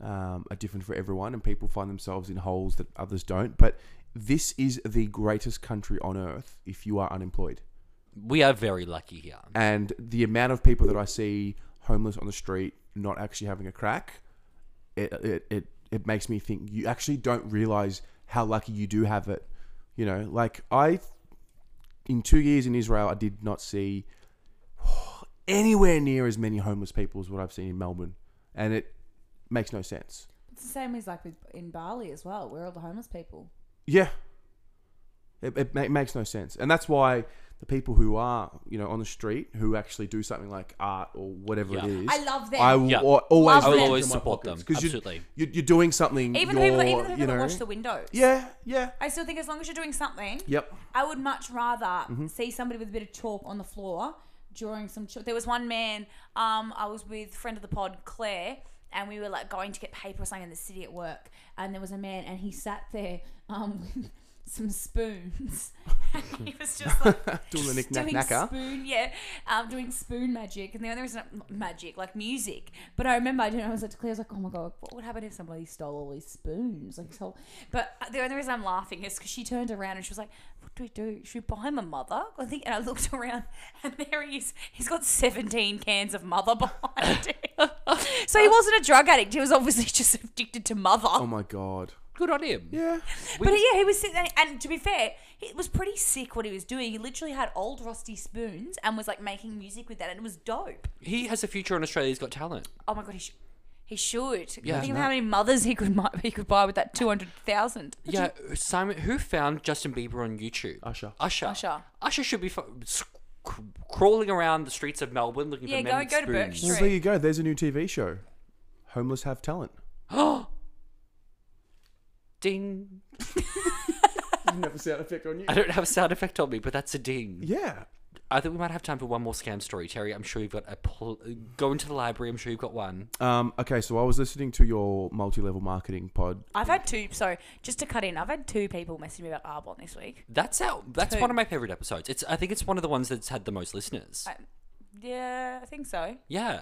Speaker 6: um, are different for everyone, and people find themselves in holes that others don't. But this is the greatest country on earth if you are unemployed.
Speaker 5: We are very lucky here.
Speaker 6: And the amount of people that I see homeless on the street not actually having a crack, it, it, it, it makes me think you actually don't realize how lucky you do have it. You know, like I, in two years in Israel, I did not see anywhere near as many homeless people as what I've seen in Melbourne. And it makes no sense.
Speaker 7: It's the same as like with, in Bali as well. We're all the homeless people.
Speaker 6: Yeah. It, it, ma- it makes no sense. And that's why the people who are, you know, on the street who actually do something like art or whatever it
Speaker 5: Yeah.
Speaker 6: is.
Speaker 5: I love them.
Speaker 6: I will
Speaker 5: Yeah.
Speaker 6: al- always,
Speaker 5: Love
Speaker 6: put
Speaker 5: them.
Speaker 6: it
Speaker 5: I always
Speaker 6: in my
Speaker 5: support
Speaker 6: pockets,
Speaker 5: them.
Speaker 6: 'cause you-
Speaker 5: Absolutely.
Speaker 6: You, you're doing something.
Speaker 4: even the
Speaker 6: you're,
Speaker 4: people, even the people
Speaker 6: you
Speaker 4: that
Speaker 6: know,
Speaker 4: wash the windows.
Speaker 6: Yeah, yeah.
Speaker 4: I still think as long as you're doing something.
Speaker 6: Yep.
Speaker 4: I would much rather
Speaker 6: Mhm.
Speaker 4: see somebody with a bit of chalk on the floor during some. Ch- there was one man. Um, I was with friend of the pod Claire, and we were like going to get paper or something in the city at work, and there was a man, and he sat there um with some spoons. and he was just like
Speaker 6: Doing the knick-knack
Speaker 4: doing
Speaker 6: knacker.
Speaker 4: spoon, yeah, um, doing spoon magic, and the only reason not magic like music, but I remember I didn't. know, I was like to Claire, I was like, oh my god, what would happen if somebody stole all these spoons? Like, stole. But the only reason I'm laughing is because she turned around and she was like, what do we do? Should we buy him a mother? I think, and I looked around, and there he is. He's got 17 cans of mother behind him. so he wasn't a drug addict. He was obviously just addicted to mother.
Speaker 6: Oh my God.
Speaker 5: Good on him.
Speaker 6: Yeah.
Speaker 4: But yeah, he was sitting there, and to be fair, it was pretty sick what he was doing. He literally had old rusty spoons and was like making music with that, and it was dope.
Speaker 5: He has a future on Australia's Got Talent.
Speaker 4: Oh my god, he, sh- he should.
Speaker 5: Yeah.
Speaker 4: Think
Speaker 5: Imagine
Speaker 4: of how
Speaker 5: that.
Speaker 4: many mothers he could mi- he could buy with that two hundred thousand.
Speaker 5: Yeah, Simon, who found Justin Bieber on YouTube? Usher. Usher.
Speaker 4: Usher.
Speaker 5: Usher should be fu- sc- cr- crawling around the streets of Melbourne looking
Speaker 4: Yeah,
Speaker 5: for men
Speaker 4: go-
Speaker 5: with
Speaker 4: go to Burke
Speaker 5: spoons.
Speaker 6: Well, there you go. There's a new TV show. Homeless Have Talent.
Speaker 5: ding.
Speaker 6: you never sound effect on you.
Speaker 5: I don't have a sound effect on me, but that's a ding.
Speaker 6: Yeah.
Speaker 5: I think we might have time for one more scam story, Terry. I'm sure you've got a. Pl- go into the library. I'm sure you've got one.
Speaker 6: Um, okay, so I was listening to your multi-level marketing pod.
Speaker 4: I've had two. Sorry, just to cut in, I've had two people message me about Arbon this week.
Speaker 5: That's how. That's
Speaker 4: Two.
Speaker 5: one of my favorite episodes. It's. I think it's one of the ones that's had the most listeners.
Speaker 4: I- yeah, I think so.
Speaker 5: yeah.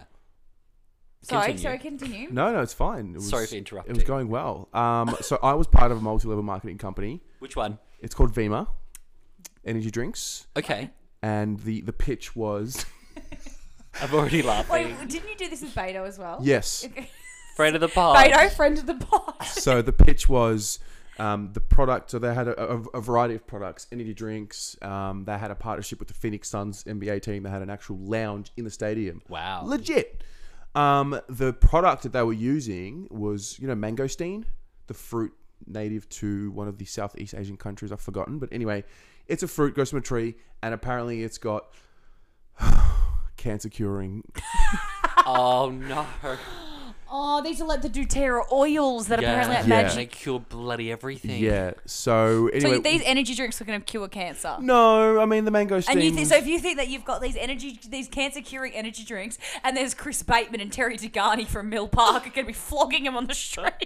Speaker 4: Sorry,
Speaker 5: Continue.
Speaker 4: sorry, continue.
Speaker 6: No, no, it's fine. It was,
Speaker 5: Sorry for interrupting.
Speaker 6: It was going well. Um, so I was part of a multi-level marketing company.
Speaker 5: Which one?
Speaker 6: It's called Vima Energy Drinks.
Speaker 5: Okay.
Speaker 6: And the the pitch was
Speaker 5: I've already laughed.
Speaker 4: Wait, Oh, didn't you do this with Beto as well?
Speaker 6: Yes.
Speaker 4: Okay.
Speaker 5: Friend of the pod.
Speaker 4: Beto, friend of the pod.
Speaker 6: so the pitch was um, the product. So they had a, a, a variety of products, energy drinks. Um, they had a partnership with the Phoenix Suns NBA team. They had an actual lounge in the stadium.
Speaker 5: Wow.
Speaker 6: legit. Um, the product that they were using was you know mangosteen, the fruit native to one of the Southeast Asian countries. I've forgotten, but anyway, it's a fruit goes from a tree, and apparently it's got cancer curing
Speaker 5: oh no.
Speaker 4: Oh, these are like the DoTerra oils that apparently
Speaker 6: Yeah.
Speaker 4: have
Speaker 6: Yeah.
Speaker 5: They
Speaker 4: magic.
Speaker 5: cure bloody everything.
Speaker 6: Yeah. So anyway,
Speaker 4: so these energy drinks are going to cure cancer.
Speaker 6: no, I mean the mangosteen.
Speaker 4: And you think
Speaker 6: was-
Speaker 4: so? If you think that you've got these energy, these cancer-curing energy drinks, and there's Chris Bateman and Terry Degani from Mill Park are going to be flogging him on the streets.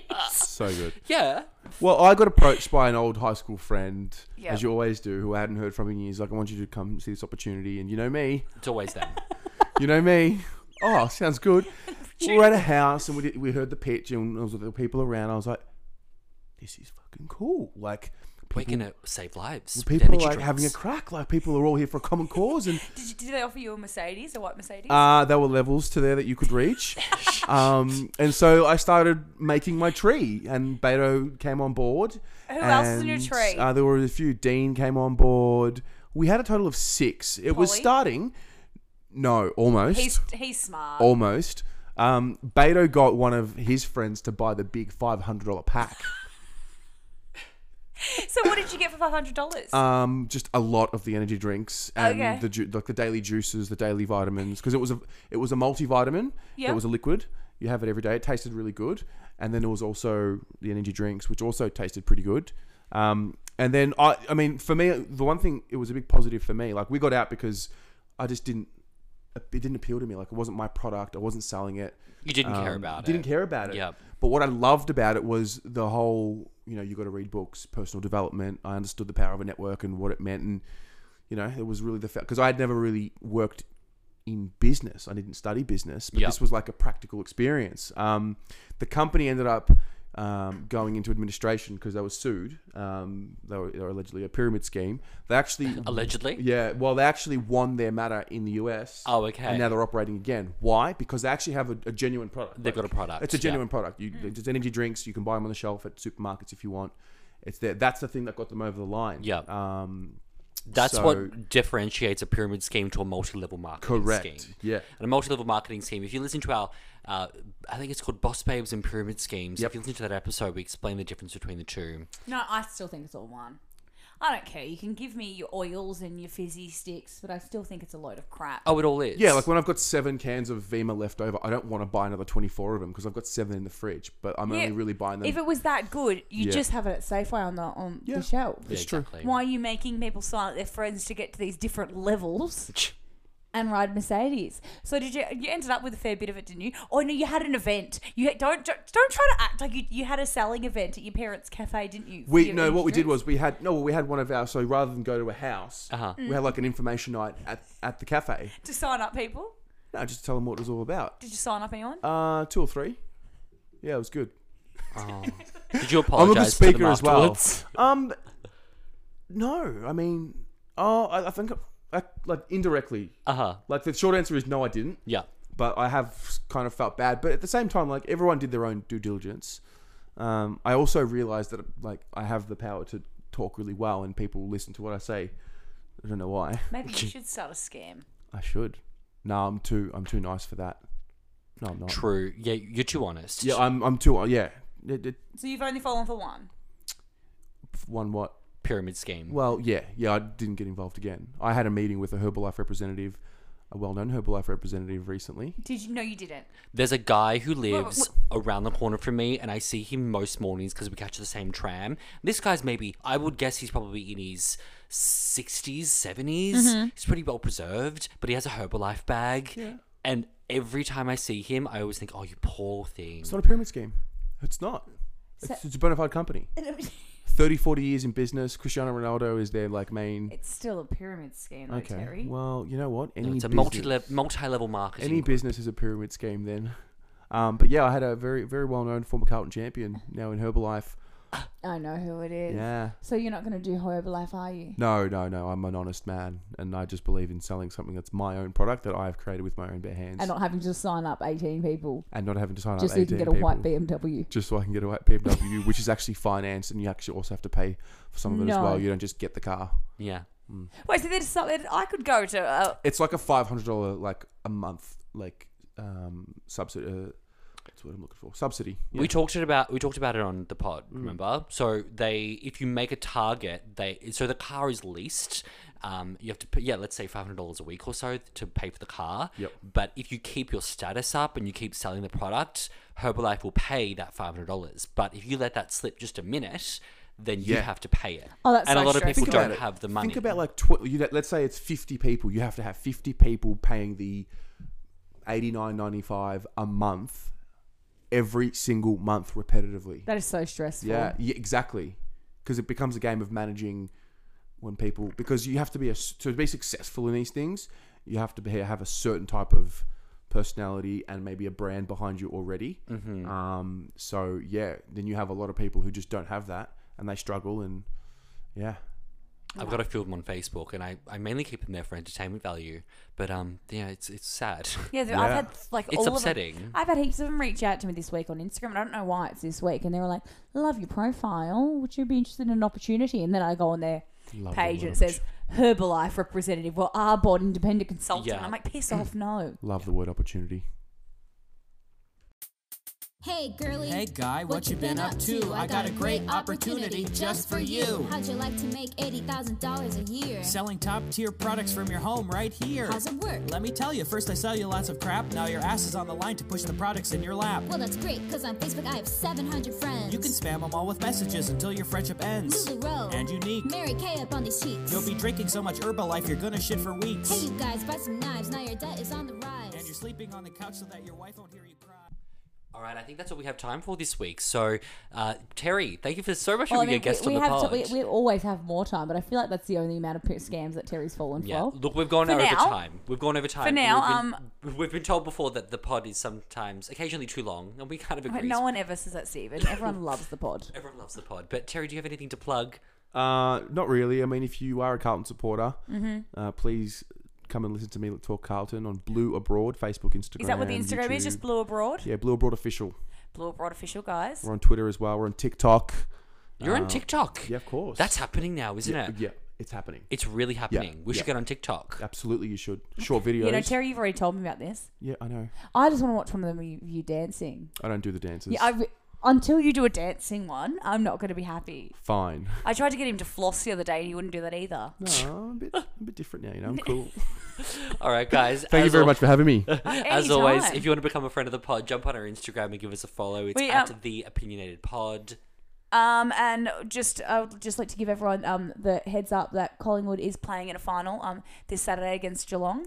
Speaker 6: So good.
Speaker 5: Yeah.
Speaker 6: Well, I got approached by an old high school friend,
Speaker 4: Yeah.
Speaker 6: as you always do, who I hadn't heard from in years. Like, I want you to come see this opportunity. And you know me.
Speaker 5: It's always them.
Speaker 6: you know me. Oh, sounds good. we were at a house and we, did, we heard the pitch and there was the people around. I was like, this is fucking cool. Like,
Speaker 5: We're
Speaker 6: people-
Speaker 5: gonna save lives. with
Speaker 6: people are like
Speaker 5: energy
Speaker 6: having a
Speaker 5: drinks.
Speaker 6: crack. Like, people are all here for a common cause. And
Speaker 4: Did, you, did they offer you a Mercedes, a white Mercedes?
Speaker 6: Uh, there were levels to there that you could reach. um, and so I started making my tree, and Beto came on board.
Speaker 4: Who else is in your
Speaker 6: and,
Speaker 4: tree?
Speaker 6: Uh, there were a few. Dean came on board. We had a total of six. It was
Speaker 4: Polly?
Speaker 6: starting. No, almost.
Speaker 4: he's he's smart.
Speaker 6: oh. almost. Um, Beto got one of his friends to buy the big $500 pack.
Speaker 4: So what did you get for five hundred dollars?
Speaker 6: Um, just a lot of the energy drinks and
Speaker 4: Okay.
Speaker 6: the ju- like the daily juices, the daily vitamins, because it was a it was a multivitamin.
Speaker 4: Yeah.
Speaker 6: It was a liquid. You have it every day. It tasted really good. And then there was also the energy drinks, which also tasted pretty good. Um, and then I, I mean, for me, the one thing it was a big positive for me. Like we got out because I just didn't it didn't appeal to me. Like it wasn't my product. I wasn't selling it. Um,
Speaker 5: You didn't care about
Speaker 6: Didn't
Speaker 5: it.
Speaker 6: care about it.
Speaker 5: Yep.
Speaker 6: But what I loved about it was the whole, you know, you got to read books, personal development. I understood the power of a network and what it meant, and you know, it was really the because I had never really worked in business. I didn't study business, but
Speaker 5: Yep.
Speaker 6: this was like a practical experience. Um, the company ended up um, going into administration because they were sued. Um, they, were, they were allegedly a pyramid scheme. They actually
Speaker 5: Allegedly?
Speaker 6: yeah. Well, they actually won their matter in the US.
Speaker 5: Oh, okay.
Speaker 6: And now they're operating again. Why? Because they actually have a, a genuine product.
Speaker 5: They've got a product,
Speaker 6: It's a
Speaker 5: yeah.
Speaker 6: genuine product.
Speaker 4: Mm.
Speaker 6: You, It's energy drinks. You can buy them on the shelf at supermarkets if you want. It's there. That's the thing that got them over the line.
Speaker 5: Yeah.
Speaker 6: Um,
Speaker 5: That's
Speaker 6: so-
Speaker 5: what differentiates a pyramid scheme to a multi-level marketing
Speaker 6: Correct,
Speaker 5: scheme.
Speaker 6: yeah.
Speaker 5: And a multi-level marketing scheme. If you listen to our, uh, I think it's called Boss Babes and Pyramid Schemes.
Speaker 6: Yep.
Speaker 5: If you listen to that episode, we explain the difference between the two.
Speaker 4: No, I still think it's all one. I don't care. You can give me your oils and your fizzy sticks, but I still think it's a load of crap.
Speaker 5: Oh, it all is.
Speaker 6: Yeah, like when I've got seven cans of Vima left over, I don't want to buy another 24 of them because I've got seven in the fridge, but I'm
Speaker 4: Yeah,
Speaker 6: only really buying them.
Speaker 4: If it was that good, you
Speaker 6: Yeah.
Speaker 4: just have it at Safeway on the on
Speaker 6: Yeah.
Speaker 4: the shelf.
Speaker 6: It's Yeah, true. exactly.
Speaker 4: Why are you making people sign up their friends to get to these different levels? And ride Mercedes. So did you? You ended up with a fair bit of it, didn't you? Oh no, you had an event. You had, don't don't don't try to act like you, you had a selling event at your parents' cafe, didn't you? for
Speaker 6: we
Speaker 4: your
Speaker 6: no, what we did
Speaker 4: drinks?
Speaker 6: was we had no, well, we had one of our. So rather than go to a house,
Speaker 5: Uh-huh.
Speaker 4: Mm.
Speaker 6: we had like an information night at, at the cafe.
Speaker 4: to sign up people.
Speaker 6: No, just tell them what it was all about.
Speaker 4: Did you sign up anyone?
Speaker 6: Uh, two or three. Yeah, it was good.
Speaker 5: Did you
Speaker 6: I'm a good
Speaker 5: apologize? to
Speaker 6: speaker
Speaker 5: them
Speaker 6: as well.
Speaker 5: afterwards?
Speaker 6: Um, no, I mean, oh, I, I think I, like indirectly.
Speaker 5: Uh huh.
Speaker 6: Like the short answer is no, I didn't.
Speaker 5: Yeah.
Speaker 6: But I have kind of felt bad. But at the same time, like everyone did their own due diligence. Um, I also realized that like I have the power to talk really well, and people listen to what I say. I don't know why.
Speaker 4: Maybe you should start a scam.
Speaker 6: I should. No, I'm too. I'm too nice for that. No, I'm not.
Speaker 5: True. Yeah, you're too honest.
Speaker 6: Yeah, I'm. I'm too. uh, Yeah. It- it-
Speaker 4: So you've only fallen for one.
Speaker 6: One what?
Speaker 5: Pyramid scheme.
Speaker 6: Well, yeah, yeah, I didn't get involved again. I had a meeting with a Herbalife representative, a well-known Herbalife representative recently.
Speaker 4: Did you? No, you didn't.
Speaker 5: There's a guy who
Speaker 4: Wait, wait,
Speaker 5: lives around the corner from me, and I see him most mornings because we catch the same tram. This guy's maybe, I would guess he's probably in his 60s, 70s.
Speaker 15: Mhm.
Speaker 5: He's pretty well preserved, but he has a Herbalife bag.
Speaker 6: Mm-hmm. Yeah.
Speaker 5: And every time I see him, I always think, oh, you poor thing.
Speaker 6: It's not a pyramid scheme. It's not.
Speaker 4: So-
Speaker 6: It's, it's a bona fide company. 30, 40 years in business. Cristiano Ronaldo is their like main.
Speaker 4: It's still a pyramid scheme, though,
Speaker 6: okay.
Speaker 4: Terry.
Speaker 6: Well, you know what? Any
Speaker 5: it's a
Speaker 6: business-
Speaker 5: multi-level, multi-level marketing.
Speaker 6: Any business is a pyramid scheme then. Um, but yeah, I had a very, very well-known former Carlton champion now in Herbalife.
Speaker 4: I know who it is.
Speaker 6: Yeah.
Speaker 4: So you're not going to do Herbalife, are you?
Speaker 6: No, no, no. I'm an honest man, and I just believe in selling something that's my own product that I have created with my own bare hands.
Speaker 4: And not having to sign up 18 people.
Speaker 6: and not having to sign
Speaker 4: Just
Speaker 6: up
Speaker 4: so you can
Speaker 6: 18
Speaker 4: get a white
Speaker 6: people.
Speaker 4: BMW.
Speaker 6: Just so I can get a white BMW, which is actually financed, and you actually also have to pay for some of it as
Speaker 4: No.
Speaker 6: well. You don't just get the car.
Speaker 5: Yeah.
Speaker 6: Mm.
Speaker 4: Wait, so there's something I could go to. Uh,
Speaker 6: It's like a five hundred dollar like a month like um subsidy. Uh, that's what I'm looking for. Subsidy.
Speaker 5: We talked it about we talked about it on the pod,
Speaker 6: Mm.
Speaker 5: remember? So they if you make a target, they so the car is leased. Um, you have to put yeah, let's say five hundred dollars a week or so to pay for the car.
Speaker 6: Yep.
Speaker 5: But if you keep your status up and you keep selling the product, Herbalife will pay that five hundred dollars. But if you let that slip just a minute, then you
Speaker 6: Yeah.
Speaker 5: have to pay it.
Speaker 4: Oh, that's
Speaker 5: and a
Speaker 4: so
Speaker 5: lot of
Speaker 4: stressful.
Speaker 5: people
Speaker 6: Think about
Speaker 5: don't
Speaker 6: it.
Speaker 5: have the money.
Speaker 6: Think about like tw- you, know, let's say it's fifty people. You have to have fifty people paying the eighty nine ninety five a month, every single month repetitively.
Speaker 4: that is so stressful.
Speaker 6: Yeah, yeah exactly. Because it becomes a game of managing when people because you have to be a s- to be successful in these things, you have to be, have a certain type of personality and maybe a brand behind you already.
Speaker 5: Mhm.
Speaker 6: Um, so yeah, then you have a lot of people who just don't have that and they struggle and yeah.
Speaker 5: I've got a few of them on Facebook and I, I mainly keep them there for entertainment value. But um yeah, it's it's sad.
Speaker 4: Yeah, th- I've had like
Speaker 5: it's
Speaker 4: all
Speaker 5: upsetting.
Speaker 4: Of them, I've had heaps of them reach out to me this week on Instagram. And I don't know why it's this week, and they were like, "Love your profile. Would you be interested in an opportunity?" And then I go on their
Speaker 5: Love
Speaker 4: page
Speaker 5: the
Speaker 4: and it says Herbalife representative or Arbor independent consultant.
Speaker 6: Yeah.
Speaker 4: I'm like, piss off, no.
Speaker 6: Love the word opportunity.
Speaker 15: Hey, girly.
Speaker 16: Hey, guy, what, you been, up to? I got a great opportunity just for you.
Speaker 15: How'd you like to make $80,000 a year?
Speaker 16: Selling top tier products from your home right here.
Speaker 15: How's it work?
Speaker 16: Let me tell you, first I sell you lots of crap, now your ass is on the line to push the products in your lap.
Speaker 15: Well, that's great, because on Facebook I have 700 friends.
Speaker 16: You can spam them all with messages until your friendship ends.
Speaker 15: LuLaRoe.
Speaker 16: And unique.
Speaker 15: Mary Kay up on these sheets.
Speaker 16: You'll be drinking so much Herbalife you're gonna shit for weeks.
Speaker 15: Hey, you guys, buy some knives. Now your debt is on the rise.
Speaker 16: And you're sleeping on the couch so that your wife won't hear you cry.
Speaker 5: All right, I think that's all we have time for this week. So, uh, Terry, thank you for so much
Speaker 7: Well,
Speaker 5: for
Speaker 7: I
Speaker 5: being a
Speaker 7: mean,
Speaker 5: guest
Speaker 7: we,
Speaker 5: on
Speaker 7: we
Speaker 5: the
Speaker 7: have
Speaker 5: pod.
Speaker 7: to, we, we always have more time, but I feel like that's the only amount of p- scams that Terry's fallen
Speaker 5: yeah,
Speaker 7: for.
Speaker 5: look, we've gone
Speaker 7: For
Speaker 5: over
Speaker 7: now-
Speaker 5: time. We've gone over time.
Speaker 7: now,
Speaker 5: we've been, um, we've been told before that the pod is sometimes occasionally too long, and we kind of
Speaker 4: But
Speaker 5: agree.
Speaker 4: no one ever says that, Stephen. Everyone loves the pod.
Speaker 5: Everyone loves the pod. But Terry, do you have anything to plug?
Speaker 6: Uh, not really. I mean, if you are a Carlton supporter,
Speaker 4: Mhm.
Speaker 6: uh, please come and listen to me talk Carlton on Blue Abroad Facebook, Instagram.
Speaker 4: Is that what the Instagram is? Just
Speaker 6: YouTube.
Speaker 4: Blue Abroad?
Speaker 6: Yeah, Blue Abroad official.
Speaker 4: Blue Abroad official, guys.
Speaker 6: We're on Twitter as well. We're on TikTok.
Speaker 5: You're on
Speaker 6: Uh,
Speaker 5: TikTok.
Speaker 6: Yeah, of course.
Speaker 5: That's happening now, isn't
Speaker 6: Yeah,
Speaker 5: it?
Speaker 6: Yeah, it's happening.
Speaker 5: It's really happening. we should
Speaker 6: yeah.
Speaker 5: get on TikTok.
Speaker 6: Absolutely, you should. Short videos.
Speaker 4: You know, Terry, you've already told me about this.
Speaker 6: yeah, I know.
Speaker 4: I just want to watch one of them you, you dancing.
Speaker 6: I don't do the dances.
Speaker 4: Yeah, I re- until you do a dancing one, I'm not going to be happy.
Speaker 6: Fine.
Speaker 4: I tried to get him to floss the other day, and he wouldn't do that either. Um,
Speaker 6: No, I'm a bit, I'm a bit different now. You know, I'm cool.
Speaker 5: All right, guys.
Speaker 6: Thank you
Speaker 5: as
Speaker 6: very
Speaker 5: al-
Speaker 6: much for having me.
Speaker 5: as always,
Speaker 4: anytime.
Speaker 5: if you want to become a friend of the pod, jump on our Instagram and give us a follow. It's
Speaker 4: We,
Speaker 5: at
Speaker 4: um,
Speaker 5: the opinionated pod.
Speaker 4: Um, and just I would just like to give everyone um the heads up that Collingwood is playing in a final um this Saturday against Geelong.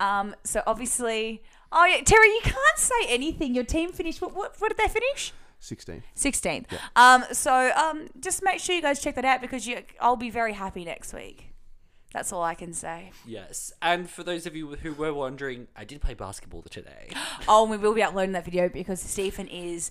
Speaker 4: Um, so obviously, oh yeah, Terry, you can't say anything. Your team finished. What what, what did they finish?
Speaker 6: 16.
Speaker 4: 16th.
Speaker 6: Yeah.
Speaker 4: Um, so um, just make sure you guys check that out because you, I'll be very happy next week. That's all I can say.
Speaker 5: Yes. And for those of you who were wondering, I did play basketball today.
Speaker 4: Oh, and we will be uploading that video because Stephen is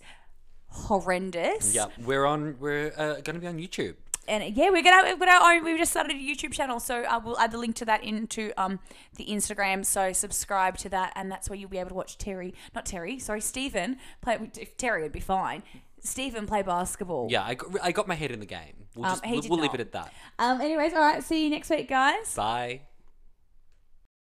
Speaker 4: horrendous.
Speaker 5: yeah, we're on. We're uh, going to be on YouTube.
Speaker 4: And yeah, we're gonna we've got our own. We've just started a YouTube channel, so I will add the link to that into um the Instagram. So subscribe to that, and that's where you'll be able to watch Terry, not Terry, sorry, Stephen play. If Terry would be fine. Stephen play basketball.
Speaker 5: Yeah, I got, I got my head in the game. We'll
Speaker 4: Um,
Speaker 5: just
Speaker 4: he
Speaker 5: we'll,
Speaker 4: did
Speaker 5: we'll leave
Speaker 4: not.
Speaker 5: it at that.
Speaker 4: Um. Anyways, all right. See you next week, guys.
Speaker 5: Bye.